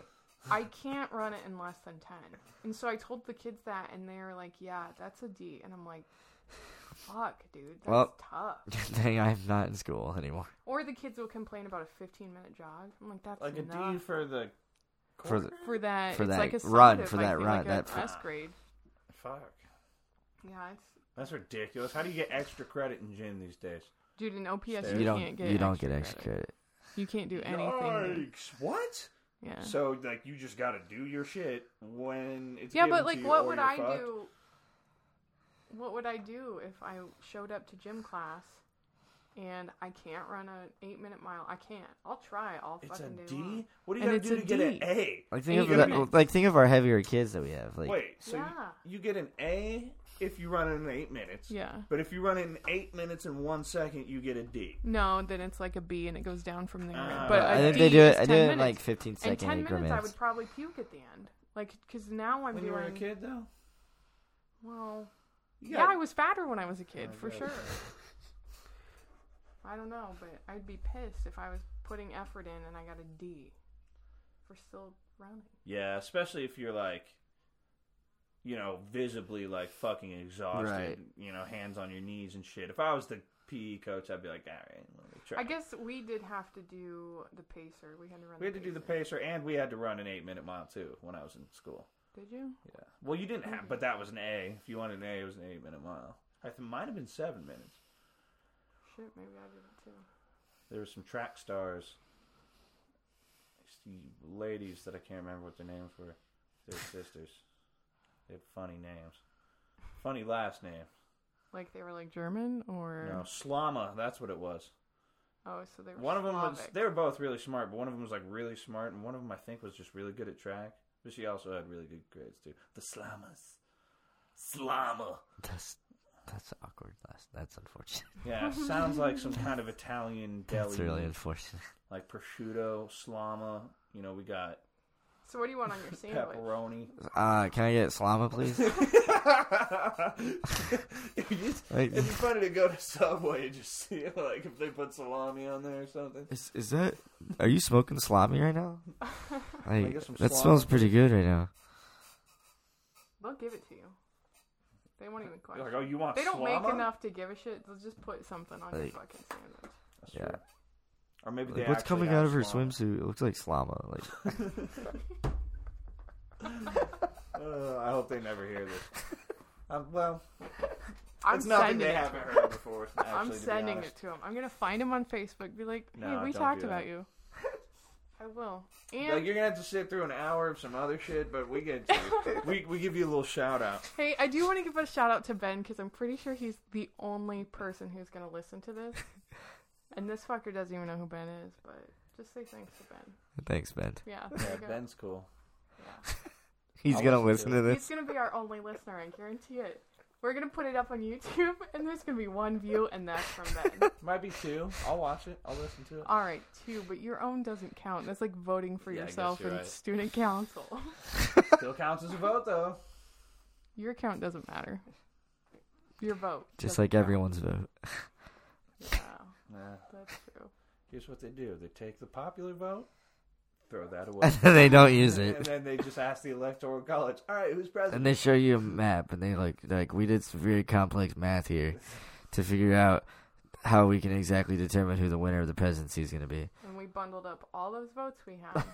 I can't run it in less than ten. And so I told the kids that, and they were like, yeah, that's a D. And I'm like, fuck, dude, that's
Well-
tough.
Dang, I'm not in school anymore.
Or the kids will complain about a 15 minute jog. I'm like, that's
Like a D
enough.
for the.
For the-
quarter?
for that.
for
it's
that
like a
run,
summative,
for
I
that
feel,
run,
like a
that-
test grade.
Fuck.
Yeah, it's
That's ridiculous. How do you get extra credit in gym these days?
dude in OPS. You,
You
can't
don't.
get
You don't
extra
get extra
credit.
credit.
You can't do anything.
Yikes. What?
Yeah.
So like you just got to do your shit when it's
yeah,
given
but
to
like,
you
what
or
would
you're
I
fucked.
do? What would I do if I showed up to gym class and I can't run an eight minute mile? I can't. I'll try all
It's a
fucking day
D.
long.
What do you gotta
And it's
do
a
to get an
D.
A?
Like think
And
of
you
that,
gotta
like think of our heavier kids that we have. Like
Wait, so you-
Yeah.
you, get an A if you run it in eight minutes.
Yeah.
But if you run it in eight minutes and one second, you get a D.
No, then it's like a B and it goes down from there.
Ah.
but
I
a
I think
D
they do
is
it.
10
I do it in
minutes.
like 15
In
second
10 minutes, I
increments.
would probably puke at the end. Like, because now I'm
When you
doing.
were a kid, though,
Well,
you
yeah.
got- Oh, (laughs)
I was fatter when I was a kid,
I
for
guess.
sure. I don't know, but I'd be pissed if I was putting effort in and I got a D for still rounding.
Yeah, especially if you're like, you know, visibly like fucking exhausted,
Right.
you know, hands on your knees and shit. If I was the PE coach, I'd be like, all right, let me try.
I guess we did have to do the pacer. We had to run.
we had to do the pacer, and we had to run an eight minute mile too when I was in school.
Did you?
Yeah. Well, you didn't have, but that was an A. If you wanted an A, it was an eight minute mile. I th- might have been seven minutes.
Shit, maybe I did it too.
There were some track stars, these ladies that I can't remember what their names were. They're sisters. They had funny names, funny last name.
Like they were like German or
No, Slama. That's what it was.
oh, so they were
One of them was.
Slavic.
They were both really smart, but one of them was like really smart, and one of them I think was just really good at track. But she also had really good grades too. The Slamas. Slama.
That's that's awkward. That's that's unfortunate.
(laughs)
Yeah, sounds like some kind of Italian deli.
That's really
meat.
unfortunate.
like prosciutto, slama. You know, we got
So what do you want on
(laughs)
your sandwich?
pepperoni.
(laughs)
(laughs)
Uh, can I get slama, (laughs) please?
It's-
Like-
It'd be funny to go to Subway and just see like if they put salami on there or something.
Is is that? Are you smoking salami right (laughs) now? Like,
get some
that
salami.
smells pretty good right now.
They'll give it to you. They won't even question.
Like, oh, you want
They don't
salama?
make enough to give a shit. They'll just put something on your
Like-
fucking sandwich.
That's
Yeah.
true. Or maybe
Like,
they
what's
actually
coming
have
out of her
salami.
swimsuit? It looks like slama. Like (laughs)
Uh, I hope they never hear this. (laughs) Um, well,
I'm
it's nothing
sending
they
it.
haven't heard
(laughs)
before. Actually,
I'm
to be
sending
honest.
it to him. I'm gonna find him on Facebook. Be like, hey,
No,
we
don't
talked
do that. (laughs)
about you. I will. And
Like you're gonna have to sit through an hour of some other shit, but we get
(laughs)
to. we we give you a little shout out.
Hey, I do want to give a shout out to Ben because I'm pretty sure he's the only person who's going to listen
(laughs)
to this. and this fucker doesn't even know who Ben is, but just say thanks to Ben.
thanks, Ben.
Yeah, there
Yeah,
you go.
Ben's cool.
He's
I'll
gonna
listen
listen
to
to
He's
this.
going to be our only listener, I guarantee it. We're going to put it up on YouTube, (laughs) and there's going to be one view, and that's from Ben.
Might be two. I'll watch it. I'll listen to it.
All right, two, but your own doesn't count. That's like voting for
Yeah, I guess
yourself
you're
in
right.
student (laughs) council.
Still counts as a vote though.
your count doesn't matter. Your vote.
Just
doesn't
like
count.
everyone's vote.
Yeah,
Nah.
that's true.
Here's what they do: they take the popular vote, throw that away,
and then (laughs) they don't use
and
it.
then they just ask the electoral college, "All right, who's
And
president?"
they show you a map, and they like like we did some very complex math here to figure out how we can exactly determine who the winner of the presidency is gonna be.
And we bundled up all those votes we had.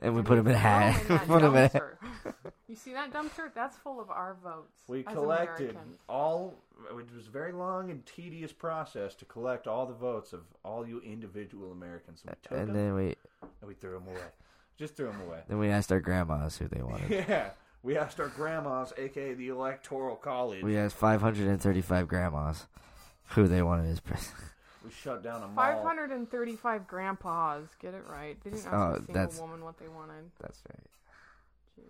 And (laughs) we
And
put him in a hat.
throw
(laughs) We
that
put him in. a-
dumpster. (laughs) you see that dumpster? That's full of our votes.
We
as
collected
Americans.
all. It was a very long and tedious process to collect all the votes of all you individual Americans. And we took
And
them
then we
and we threw them away. Just threw them away.
then we asked our grandmas who they (laughs) wanted.
Yeah, we asked our grandmas, aka the electoral college.
We asked 535 grandmas who they wanted as president.
We shut down a mall.
535 grandpas. Get it right. They didn't ask
Oh,
a single
that's-
woman what they wanted.
That's right.
Jeez.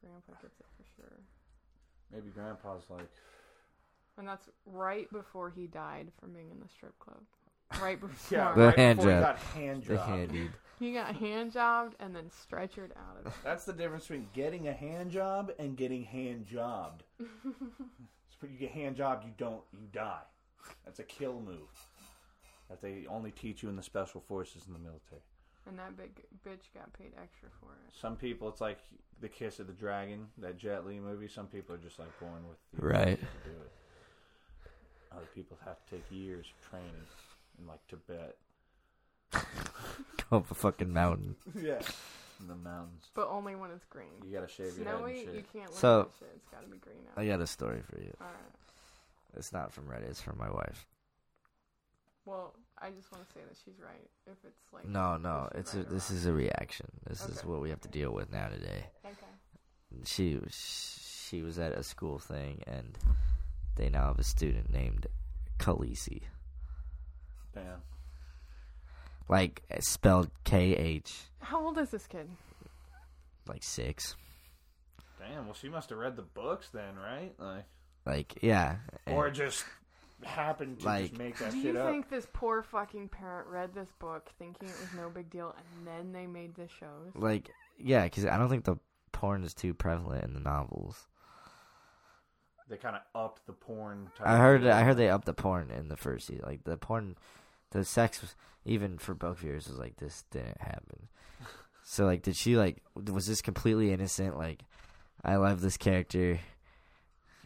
Grandpa gets it for sure.
Maybe grandpa's like,
And that's right before he died from being in the strip club.
(laughs)
Right before.
yeah,
The
right
hand
before he
job.
got hand
(laughs) The
jobbed.
handy.
He got hand jobbed and then stretchered out of it.
That's the difference between getting a hand job and getting hand
(laughs)
jobbed. It's when you get hand jobbed, you don't, you die. That's a kill move. That they only teach you in the special forces in the military.
And that big bitch got paid extra for it.
Some people, it's like the kiss of the dragon, that Jet Li movie. Some people are just like born with the
Right.
ability to do it. Other people have to take years of training in like
(laughs)
Tibet.
(laughs) Up a fucking mountain.
yeah, in the mountains.
But only when it's green.
You gotta shave your head and
Snowy,
shit.
you can't look
So- Oh,
at that shit. It's got to be green out.
I got a story for you.
All right.
It's not from Reddit. It's from my wife.
Well, I just want to say that she's right. If it's like
No, no.
if
It's
she's
a,
right or
this
wrong.
is a reaction. This is
Okay.
what we have to deal with now today.
okay.
She she was at a school thing, and they now have a student named Khaleesi,
Damn.
like spelled K H,
How old is this kid?
like six.
Damn. Well, she must have read the books then, right? Like.
Like yeah. and-
or just happened to
Like-
just make that
Do you
shit up.
think this poor fucking parent read this book thinking it was no big deal, and then they made the shows?
like yeah because i don't think the porn is too prevalent in the novels
They kind of upped the porn. Type
I heard I
(laughs)
heard they upped the porn in the first season. Like the porn, the sex was even for both viewers was like this didn't happen. So like, did she like was this completely innocent? Like, I love this character,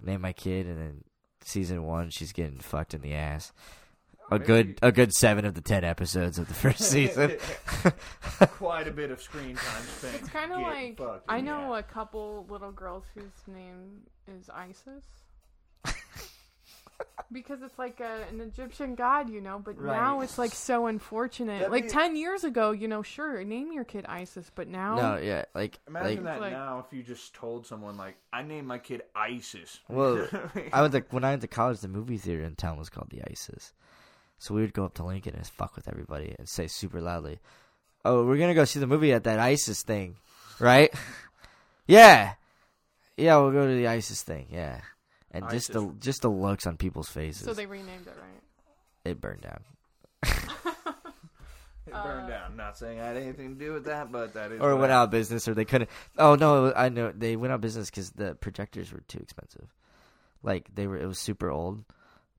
name my kid, and then season one she's getting fucked in the ass. A good a good seven of the ten episodes of the
(laughs)
first season.
quite a bit of screen time spent.
It's kind of
getting
like
fucked
I
in the
know
ass.
a couple little girls whose name is
(laughs)
Isis. because it's like a, an Egyptian god, you know, but
Right.
now it's like so unfortunate.
That'd
like
be-
10 years ago, you know, sure, name your kid Isis, but now
no, yeah, like
Imagine
like,
that
Like-
now if you just told someone like, "I named my kid ISIS." (laughs)
Well, I went to when I went to college. The movie theater in town was called the ISIS, so we would go up to Lincoln and fuck with everybody and say super loudly, "Oh, we're gonna go see the movie at that ISIS thing, right? (laughs) yeah, yeah, we'll go to the ISIS thing, yeah." And just the just the looks on people's faces,
so they renamed it, right?
it burned down.
it burned
Uh,
down. Not saying I had anything to do with that, but that is
Or
what
went
happened.
out of business, or they couldn't. Oh no, I know they went out of business because the projectors were too expensive. Like they were, it was super old.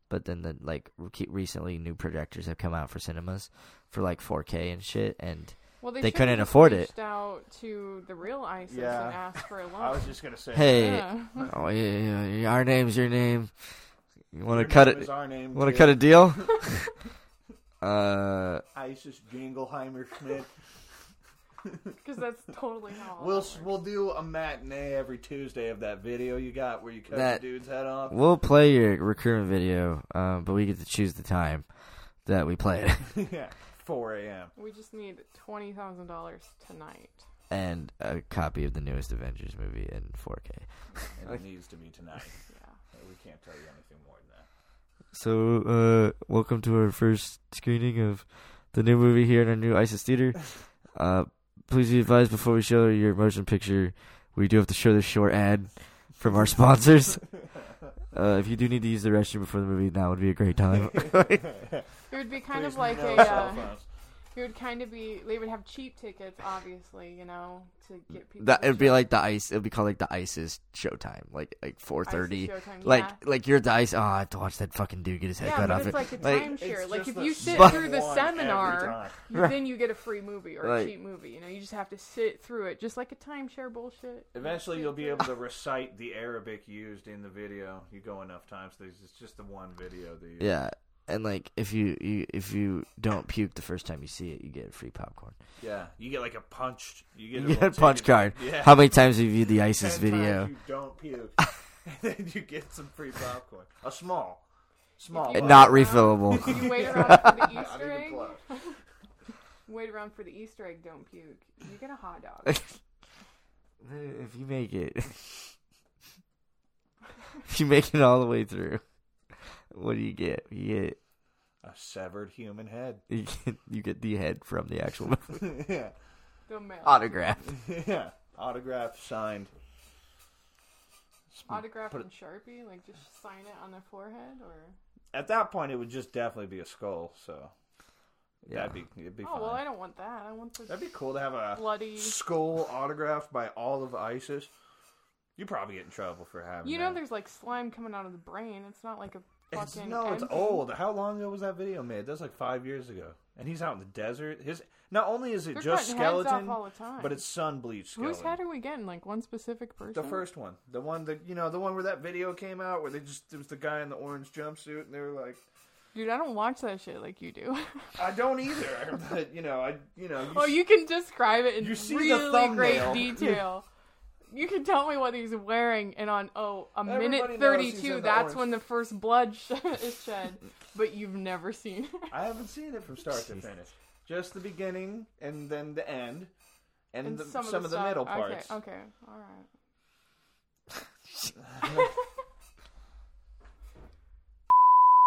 But then the like re- recently new projectors have come out for cinemas for like 4K and shit, and
Well,
They
should've
couldn't
just
afford it.
reached out to the real Isis
Yeah.
and asked for a
(laughs)
loan.
I was just gonna say.
(laughs) hey,
yeah.
oh yeah, yeah, yeah, our name's your name. You
your
want to cut
name is
it?
Our name.
Want to
kid.
cut a deal? (laughs) uh,
ISIS Jingleheimer Schmidt.
Because that's totally how. all
We'll
that works.
we'll do a matinee every Tuesday of that video you got where you cut
That-
the dude's head off.
we'll play your recruitment video, um, but we get to choose the time that we play it.
(laughs)
(laughs)
yeah, 4 a.m.
We just need twenty thousand dollars tonight.
and a copy of the newest Avengers movie in 4K.
And
(laughs)
it needs to be tonight.
Yeah.
We can't tell you anything more than that.
So, uh, welcome to our first screening of the new movie here in our new
(laughs)
ISIS theater. Uh, please be advised before we show your motion picture, we do have to show the short ad from
(laughs)
our sponsors. Uh, if you do need to use the restroom before the movie, now would be a great time.
(laughs) It would be kind
Please,
of like
no
a.
cell
Uh,
phones.
It would kind of be. They would have cheap tickets, obviously, you know, to get people.
(laughs) that
to
it'd be
show-
like the ice. It'd be called like the ISIS showtime, like like 4:30.
ISIS showtime,
Like
yeah.
like you're the ice. Oh, I have to watch that fucking dude get his head
yeah,
cut
but
off.
it's like a
Like,
timeshare.
It's
like
just
if
the
you sit
same
through the
one every
seminar,
time.
you, then you get a free movie or
Right.
a cheap movie. You know, you just have to sit through it, just like a timeshare
(laughs)
bullshit.
Eventually,
Sit
you'll be
through
able
it.
to recite the Arabic used in the video. You go enough times. There's it's just the one video. That you,
Yeah, and like if you, you if you don't puke the first time you see it, you get free popcorn.
yeah. You get like a punched. You get,
(laughs) You
a
get
little
a punch
(laughs) ticket.
card.
Yeah.
How many times have you viewed the ISIS
Ten
video?
(laughs) times you don't puke, and then you get some free popcorn. A small, small.
If you-
one.
and not
Yeah.
refillable.
(laughs)
You wait around for the
Not
Easter
even
egg.
close.
Wait around for the Easter egg. Don't puke. You get a hot
(laughs)
dog.
if you make it, (laughs) if you make it all the way through, what do you get? You get (laughs)
A severed human head. (laughs)
you get, you get the head from the actual (laughs) movie.
yeah,
The mail.
autograph.
yeah. Autograph signed.
Autograph
Put
and Sharpie, like just sign it on their forehead, or
At that point, it would just definitely be a skull. So
Yeah.
that'd be it'd be
oh
fine.
well, I don't want that. I want the
That'd be cool to have a
bloody.
skull autographed by all of ISIS. You probably get in trouble for having.
You know,
that.
there's like slime coming out of the brain. It's not like a
It's,
fucking.
no, it's
empty-
old. How long ago was that video made? That's like five years ago, and he's out in the desert. His not only is it
They're
just
cutting heads off
skeleton,
all the time.
but it's sun bleached skeleton.
Whose head are we getting? Like one specific person.
The first one, the one that you know, the one where that video came out, where they just there was the guy in the orange jumpsuit, and they were like,
Dude, I don't watch that shit like you do.
"I don't either," (laughs) but you know, I you know, you
(laughs) oh, you can describe it in
You see the
really great
thumbnail. (laughs)
detail. You can tell me what he's wearing, and on oh a
Everybody
minute
knows he's in
thirty-two,
the
that's
orange.
when the first blood sh- (laughs) is shed. But you've never seen. it.
I haven't seen it from start to finish, just the beginning and then the end, and,
And
the, some, of the
stuff-
middle
okay,
parts.
Okay, all (laughs) right.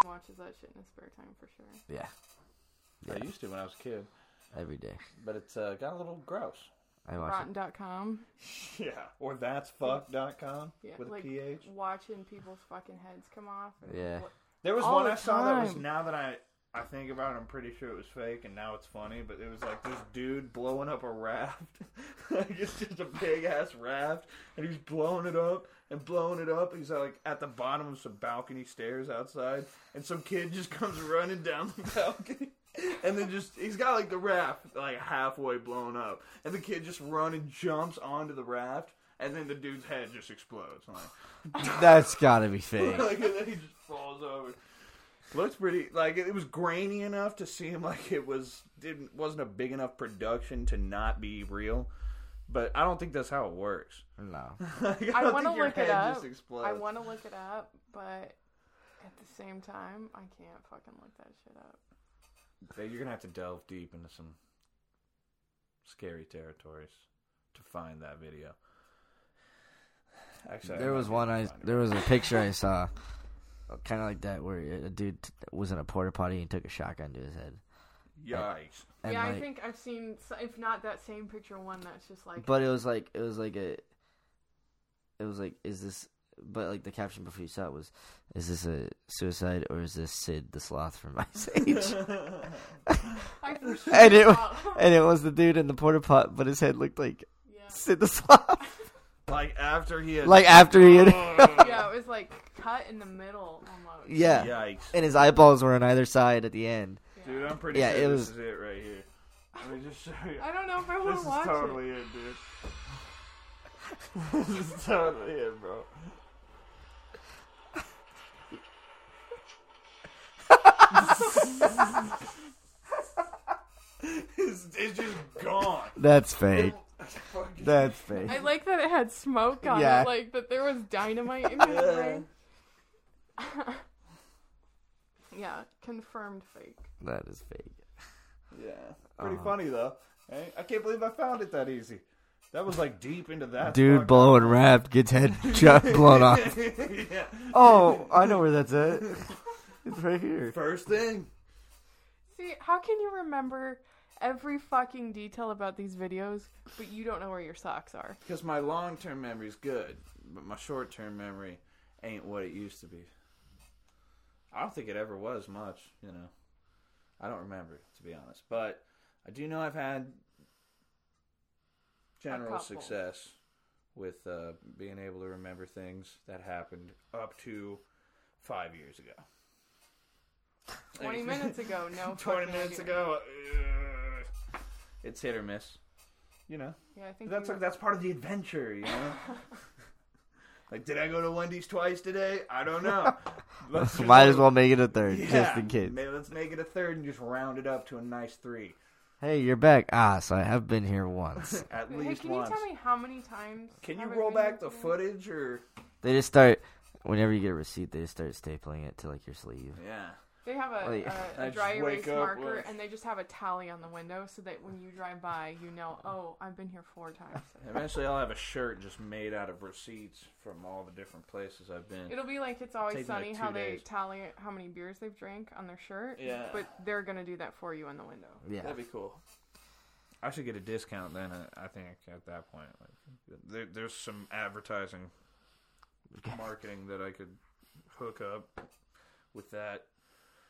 Watches that shit in his spare time for sure.
Yeah,
I used to when I was a kid,
every day.
but it's uh, got a little gross.
I watch it.
Rotten.com.
Yeah, or that's fuck.com
Yeah,
with a
like
ph.
watching people's fucking heads come off. and
Yeah.
what-
There was
all
one
the
I saw that was
time.
now that I I think about it, I'm pretty sure it was fake, and now it's funny. But it was like this dude blowing up a raft. (laughs) like it's just a big ass raft, and he's blowing it up and blowing it up. He's like at the bottom of some balcony stairs outside, and some kid just (laughs) comes running down the balcony. (laughs) And then just he's got like the raft like halfway blown up, and the kid just running jumps onto the raft, and then the dude's head just explodes. I'm like,
That's gotta
(laughs)
be fake.
like, and then he just falls over. Looks pretty like it was grainy enough to seem (laughs) like it was didn't wasn't a big enough production to not be real, but I don't think that's how it works. (laughs)
No.
Like, I,
I
don't
want to
think your
look it
head
up.
Just explodes.
I want to look it up, but at the same time, I can't fucking look that shit up.
Hey, You're gonna have to delve deep into some scary territories to find that video. Actually, I
There was
might be
one
able to
I
find it.
there was a picture I saw, kind of like that, where a dude t- was in a porta potty and took a shotgun to his head.
Yikes!
And
yeah,
like,
I think I've seen, s- if not that same picture, one that's just like,
But it was like it was like a. It was like is this? But like the caption before you saw it was, is this a suicide or is this Sid the sloth from (laughs) Ice
(laughs)
Age?
I
(laughs)
for sure
and it
saw-
and it was the dude in the porta pot, but his head looked like
(laughs) yeah.
Sid
(laughs)
the sloth.
Like after he had Oh.
like after
(laughs)
he had,
yeah, it was like cut in the middle almost.
yeah.
yikes.
and his eyeballs were on either side at the end.
Dude, I'm pretty
Yeah,
sure
it
this
was-
is it right here. Let me just show you. (laughs)
I don't know if I want
This
to
is
watch
totally
it.
it, dude. (laughs) this is totally it, bro. (laughs) it's, it's just gone.
That's fake.
Fucking-
That's fake.
I like that it had smoke on
Yeah.
it, like that there was
(laughs)
dynamite in his ring. (laughs) yeah, confirmed fake.
That is fake.
yeah,
Uh-huh.
pretty funny though. Hey, I can't believe I found it that easy. That was like deep into that.
Dude
fucking-
blowing rap
(laughs)
gets head ju- blown off.
yeah.
Oh, I know where that's at. It's
(laughs)
right here.
First thing.
See, how can you remember every fucking detail about these videos, but you don't know where your socks are?
Because my long term memory's good, but my short term memory ain't what it used to be. I don't think it ever was much, you know. I don't remember, to be honest. But I do know I've had general
couple.
success with uh, being able to remember things that happened up to five years ago.
20
(laughs)
minutes ago, no.
20
fucking
minutes
idea.
ago. ugh, It's hit or miss. You know?
Yeah, I think
That's
you-
like, that's part of the adventure, you (laughs) know. like, did I go to Wendy's twice today? I don't (laughs) know. Let's just-
Might as well make it a third,
Yeah.
just in case.
Maybe let's make it a third and just round it up to a nice three,
Hey, you're back. Ah, so I have been here (laughs) once.
at
Hey,
least
can
once.
you tell me how many times?
can you
have I
roll
been
back the
here today?
footage or?
they just start, whenever you get a receipt, they just start stapling it to like your sleeve.
Yeah.
They have a,
(laughs) Like-
a- a,
I just
dry
wake
erase
up
marker,
with-
and they just have a tally on the window, so that when you drive by,
(laughs)
you know, oh, I've been here four times.
Eventually, I'll have a shirt just made out of receipts from all the different places I've been.
It'll be like it's always
Take me, like,
sunny
two
how they
days.
tally how many beers they've drank on their shirt.
Yeah.
But they're gonna do that for you in the window.
Yeah.
That'd be cool. I should get a discount then. uh, I think at that point, like, there, there's some advertising, marketing that I could hook up with that. (laughs)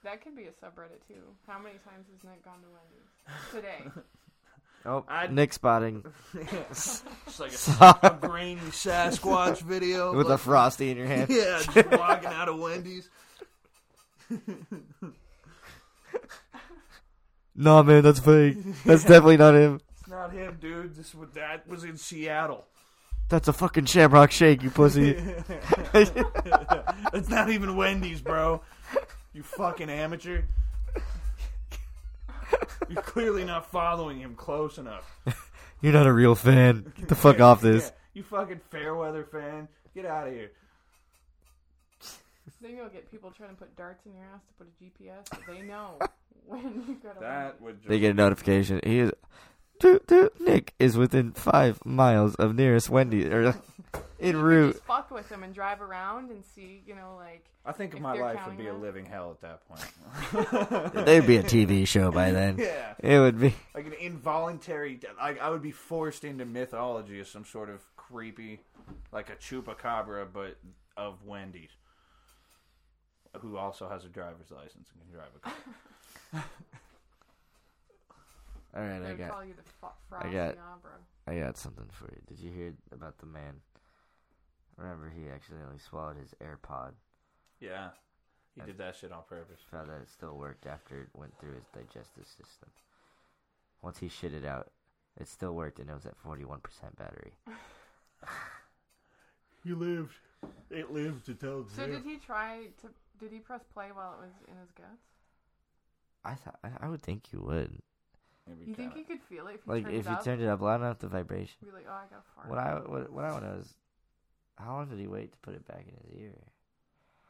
That could be a subreddit too. How many times has Nick gone to
(laughs)
Wendy's today?
Oh,
I-
Nick (laughs) spotting
It's like
Sorry. (laughs)
a, (laughs) a grainy Sasquatch video
with a
like-
frosty in your
(laughs)
hand. (laughs)
yeah, just walking out of Wendy's.
No, man, that's fake. That's definitely not him.
It's not him, dude. This was, that was in Seattle.
That's a fucking shamrock shake, you (laughs) pussy.
It's not even Wendy's, bro. You fucking amateur. You're clearly not following him close enough.
You're not a real fan. Get the fuck off
Yeah,
this.
you fucking Fairweather fan. Get out of here.
then you'll get people trying to put darts in your ass to put a GPS. But
(laughs)
they know when you go to
That would just
They get a notification. He is toot, toot, Nick is within five miles of nearest Wendy or (laughs) en route. (laughs)
Wendy's. Fuck with them and drive around and see, you know, like
I think
If
my
they're
life would
counting
be a
that.
living hell at that point. (laughs)
(laughs) There'd be a TV show by then.
yeah.
It would be.
like an involuntary like I would be forced into mythology as some sort of creepy like a chupacabra but
(gasps)
of Wendy's who also has a driver's license and can drive a car.
All right,
They
I
would
got,
call you the fa- frog
got-
Nabra.
I got something for you. Did you hear about the man? Remember, he accidentally swallowed his AirPod.
Yeah. He did that shit on purpose.
Found that it still worked after it went through his digestive system. Once he shit it out, it still worked, and it was at forty-one percent battery.
He lived. It lived to tell
So did he try to? Did he press play while it was in his guts?
I thought I, I would think you would
You think he could feel it if he
like
turned
if
it
you
up?
turned it up loud enough, the vibration.
Be like, oh, I got a fart.
What I what, what I want to know is how long did he wait to put it back in his ear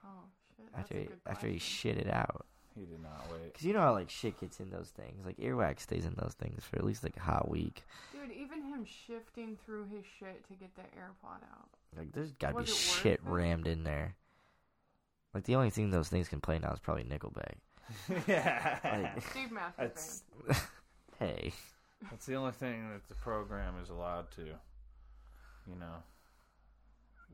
Oh shit! That's
after
a
he,
good
after he
question.
shit it out?
He did not
(laughs)
wait. (laughs)
Because you know how like shit gets in those things. Like earwax stays in those things for at least like a hot week.
Dude, even him shifting through his shit to get the AirPod out.
Like there's gotta
Was
be
it worth
shit
it?
rammed in there. Like the only thing those things can play now is probably Nickelback.
yeah.
Like
Steve Matthews
That's
Band.
hey,
that's the only thing that the program is allowed to, you know,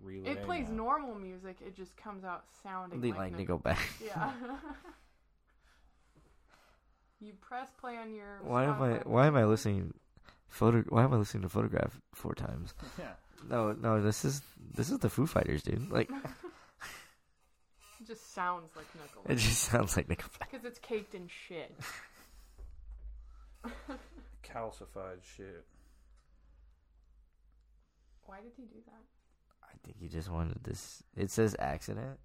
relay.
It plays
now.
normal music. It just comes out
(laughs)
sounding
like,
like
like
Nickel-
Nickelback.
Yeah.
(laughs)
(laughs) you press play on your.
Why am I
Spotify
why am I
playlist.
listening photo Why am I listening to Photograph four times?
(laughs) Yeah.
No, no, this is this is the Foo Fighters, dude. Like (laughs)
It just sounds like
it
Nickelback (laughs)
just sounds like Nickelback.
because it's caked in
(laughs)
shit. (laughs)
Calcified shit.
Why did he do that?
I think he just wanted this. It says accident,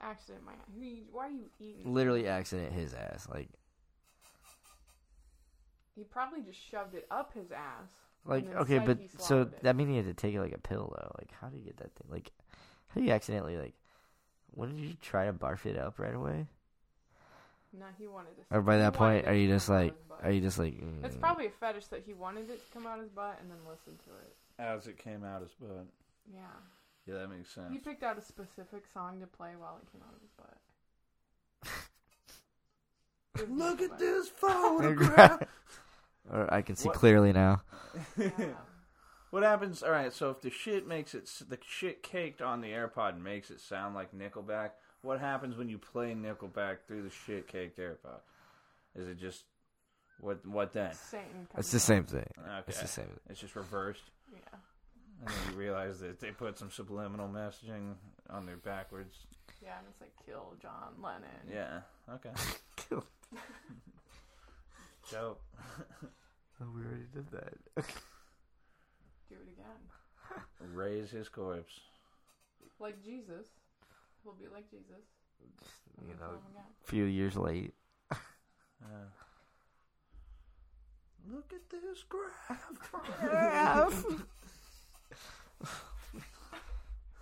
Accident, man. Who you- Why are you eating?
literally accident his ass. Like
He probably just shoved it up his ass.
like
then
okay,
said
but
he
so
swallowed it.
that means he had to take it like a pill though. Like how do you get that thing? Like how do you accidentally like? Wouldn't you try to barf it up right away?
No, he wanted to.
Or by
he
that
wanted
point,
it
are you
to
just
come out
like,
his butt.
are you just like? Mm.
It's
(laughs)
probably a fetish that he wanted it to come out his butt and then listened to it.
As it came out his butt.
Yeah.
Yeah, that makes sense.
He picked out a specific song to play while it came out of his
(laughs)
butt. It was
Look at
Nickelback. (laughs)
this photograph.
or I can see
What-
clearly now.
(laughs) Yeah.
(laughs)
What happens? All right, so if the shit makes it, the shit caked on the AirPod makes it sound like Nickelback. What happens when you play Nickelback through the shit caked AirPod? Is it just what? What then?
Satan. comes
It's the
out.
same thing.
Okay,
It's the same.
It's just reversed,
Yeah.
and then you realize that they put some subliminal messaging on their backwards.
Yeah, and it's like kill John Lennon.
Yeah. Okay.
Cool.
Dope.
(laughs) Oh, we already did that.
Do it again.
Raise his corpse.
Like Jesus. We'll be like Jesus.
you
We'll
know,
kill him again.
a few years late.
(laughs)
Uh, look at this graph.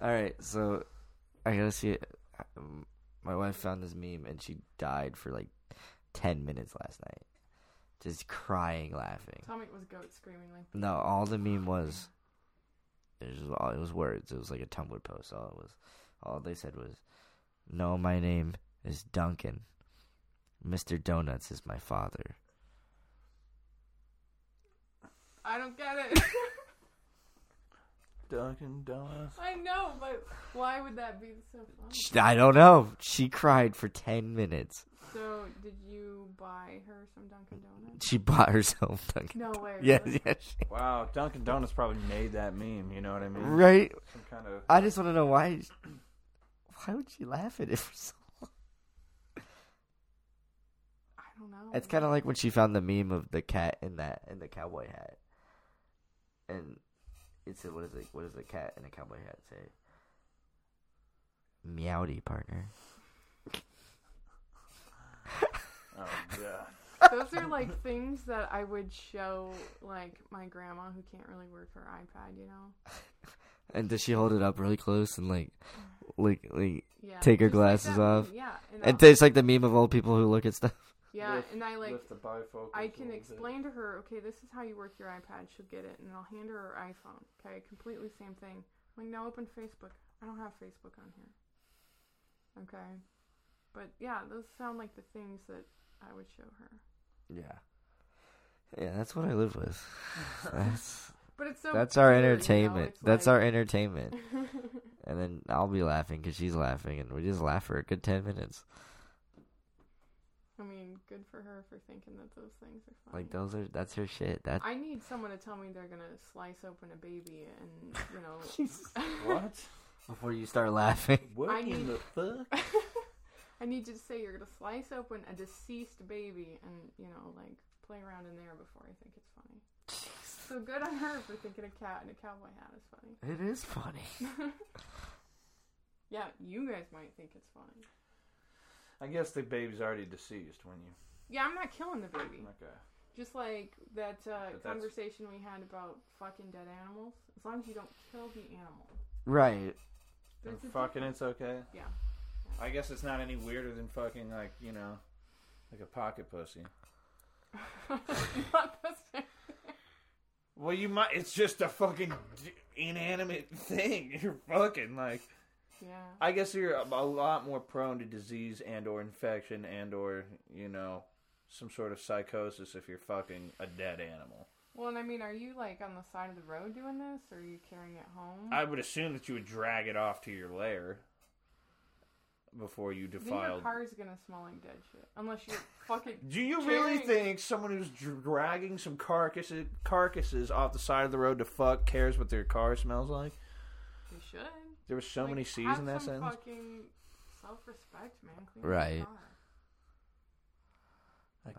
All right, so I gotta see it. Um, My wife found this meme and she died for like ten minutes last night, just crying, laughing.
Tell me it was goat screaming like
No, all the meme was it was all it was words. It was like a Tumblr post. All it was, all they said was, "No, my name is Duncan. Mister Donuts is my father."
I don't get it.
(laughs)
(laughs)
Dunkin' Donuts.
I know, but why would that be so funny?
Sh- I don't know. She cried for ten minutes.
So, did you buy her some Dunkin' Donuts?
She bought herself Dunkin'.
No way.
Yeah,
really?
yeah. she-
Wow, Dunkin' Donuts probably made that meme. You know what I mean?
right.
Some kind of
I just want to know why. Why would she laugh at it for so long?
I don't know.
It's kind of like when she found the meme of the cat in that in the cowboy hat, and it said, "What is it? What does a cat in a cowboy hat say?" Meowdy partner.
oh god.
Those are like things that I would show like my grandma who can't really work her iPad, you know?
(laughs) And does she hold it up really close and like, like, like?
Yeah.
Take her
just like
glasses
that
off.
meme, Yeah. And,
And
I'll-
it's like the meme of old people who look at stuff.
yeah,
Lift-
and I like
lift the bifocals
I
a
can
little bit.
explain to her, okay, this is how you work your iPad. She'll get it, and I'll hand her her iPhone. Okay, completely same thing. I'm like, now open Facebook. I don't have Facebook on here. Okay, but yeah, those sound like the things that I would show her.
Yeah. Yeah, that's what I
(laughs)
live with. That's
But it's so
that's our
pure, you know,
entertainment.
it's
That's our
like- (laughs)
entertainment. And then I'll be laughing because she's laughing, and we just laugh for a good ten minutes.
I mean, Good for her for thinking that those things are funny.
Like those are that's her shit. That
I need someone to tell me they're gonna slice open a baby and you
(laughs)
know. (laughs)
What?
before you start laughing. (laughs)
What
I
in
need-
the fuck?
(laughs) I need you to say you're gonna slice open a deceased baby and you know like play around in there before I think it's funny. So good on her for thinking a cat in a cowboy hat is funny.
It is funny.
Yeah, you guys might think it's funny.
I guess the baby's already deceased when you.
Yeah, I'm not killing the baby.
Okay.
Just like that uh,
that's-
conversation we had about fucking dead animals. As long as you don't kill the animal.
Right.
And
There's a
fucking it's okay.
difference. Yeah.
I guess it's not any weirder than fucking like, you know, like a pocket pussy.
(laughs)
Well, you might. It's just a fucking inanimate (laughs) thing. You're fucking like.
yeah.
I guess you're a a lot more prone to disease and or infection and or you know some sort of psychosis if you're fucking a dead animal.
Well, and I mean, are you like on the side of the road doing this, or are you carrying it home?
I would assume that you would drag it off to your lair before you
then your
defiled.
car's gonna smell like dead shit, unless you're
(laughs)
fucking.
Do you really
Carrying-
think someone who's dr- dragging some carcasses carcasses off the side of the road to fuck cares what their car smells like?
You should.
There were so
Like,
many C's
have
in that
some
sentence.
Fucking self-respect, man. Clean
Right.
Your car.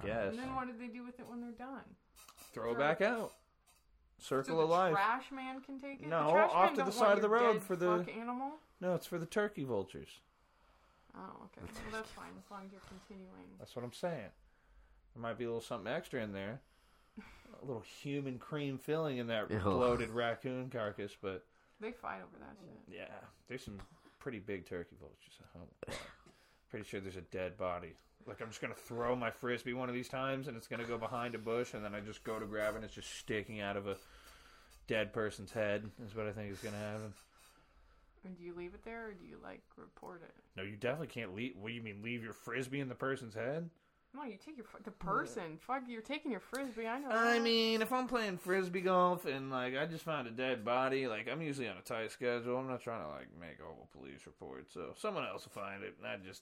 I guess
And then what do they do with it when they're done?
throw it back out. Circle
So the
of life.
trash man can take it.
No,
the trash
off to
man
the
don't want
side of the
your
road
dead
for the-
fuck animal.
No, it's for the turkey vultures.
Oh, okay. Well,
(laughs)
that's fine as long as you're continuing.
That's what I'm saying. There might be a little something extra in there. A little human cream filling in that
Ew.
bloated raccoon carcass, but
They fight over that shit.
yeah, there's some pretty big turkey vultures at home. Pretty sure there's a dead body. Like I'm just gonna throw my frisbee one of these times, and it's gonna go behind a bush, and then I just go to grab it, and it's just sticking out of a dead person's head. Is what I think is gonna happen.
And do you leave it there, or do you like report it?
No, you definitely can't leave. What do you mean, leave your frisbee in the person's head?
No, you take your fu- the person. Fuck, you're taking your frisbee. I know.
I
that.
mean, if I'm playing frisbee golf and like I just find a dead body, like I'm usually on a tight schedule. I'm not trying to like make a whole police report, so someone else will find it, and I just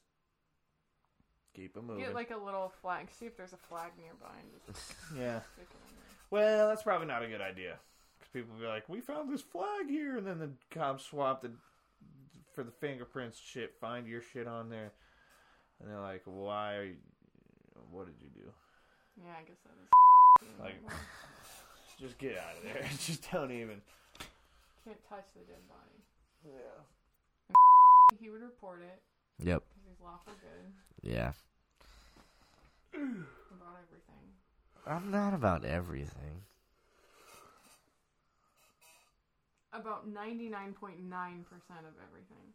keep it moving.
get like a little flag. See if there's a flag nearby and just
yeah.
stick it in there.
Well, that's probably not a good idea because people will be like, "We found this flag here," and then the cops swap the for the fingerprints shit. Find your shit on there, and they're like, "Why? Are you, what did you do?"
Yeah, I guess that is.
Like-
Well,
Just get out of there. (laughs) just don't even.
can't touch the dead body.
Yeah.
He would report it
Yep.
because he's lawful good
Yeah.
about everything.
I'm not about everything.
About ninety nine point nine percent of everything.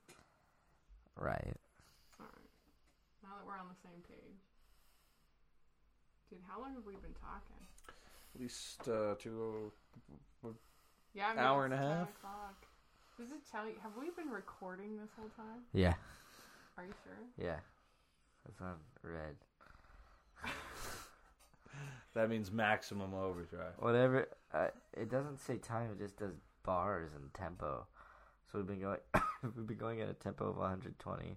Right.
All right. Now that we're on the same page, dude, how long have we been talking?
At least uh, two
Yeah, I mean,
Hour
it's
and a
10
half.
O'clock. Does it tell you? Have we been recording this whole time?
Yeah.
Are you sure?
Yeah. That's on red.
That means maximum overdrive.
(laughs) (laughs) Whatever. Uh, it doesn't say time. It just does bars and tempo. So we've been going. (coughs) we've been going at a tempo of 120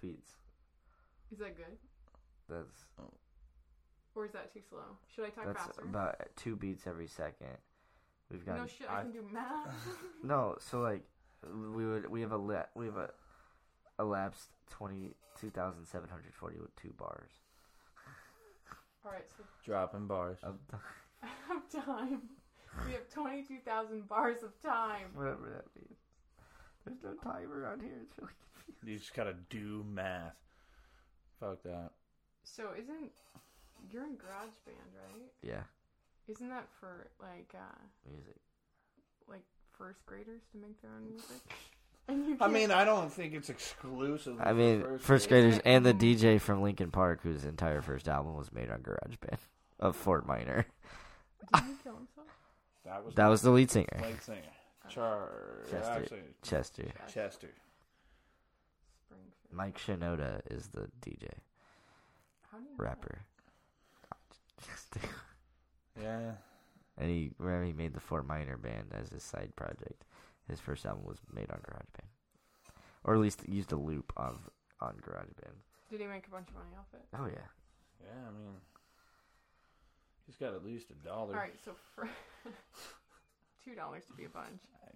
beats.
Is that good?
That's
Or is that too slow? Should I talk
that's
faster?
about two beats every second. We've got
no shit, I,
I-
can do math. (laughs)
No, so like we would we have a la- we have a elapsed twenty two thousand seven hundred forty two bars
All right, so
Dropping bars.
of (laughs)
(laughs) of time. We have 22,000 bars of time.
whatever that means. There's no timer on here. It's really
You just gotta do math. Fuck that.
So isn't you're in GarageBand, right?
yeah,
Isn't that for like uh
music.
like first graders to make their own music? (laughs) And you
I
can't-
mean, uh, I don't think it's exclusive.
I mean, first, graders and the DJ from Lincoln Park, whose entire first album was made on GarageBand of Fort Minor.
(laughs) did he kill himself?
(laughs) That was
That was the lead singer,
late singer. Char.
Chester.
Actually,
Chester.
Chester.
Springfield.
Mike Shinoda is the DJ
How do you know?
rapper. Chester.
Yeah.
And he remember he made the Fort Minor band as his side project. His first album was made on GarageBand, or at least used a loop of on GarageBand.
Did he make a bunch of money off it?
Oh yeah,
Yeah, I mean, he's got at least a dollar.
All right, so for (laughs) two dollars to be a bunch.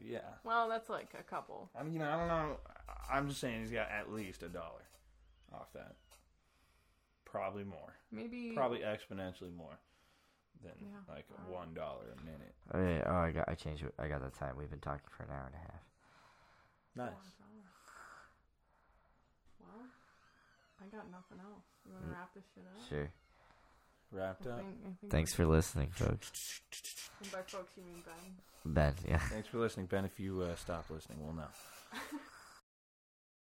Yeah.
Well, that's like a couple.
I mean, I don't know. I- I'm just saying he's got at least a dollar off that. Probably more.
Maybe
Probably exponentially more than
Yeah.
like one dollar a minute.
Oh, yeah. oh, I got. I changed. it. I got the time. We've been talking for an hour and a half.
Nice.
Well, I got nothing else. You
Mm.
want to wrap this shit up?
Sure.
Wrapped
I
up.
think, I think
Thanks for listening, folks.
And by folks, you mean Ben.
Ben.
(laughs)
Yeah.
Thanks for listening, Ben. If you uh, stop listening, we'll know.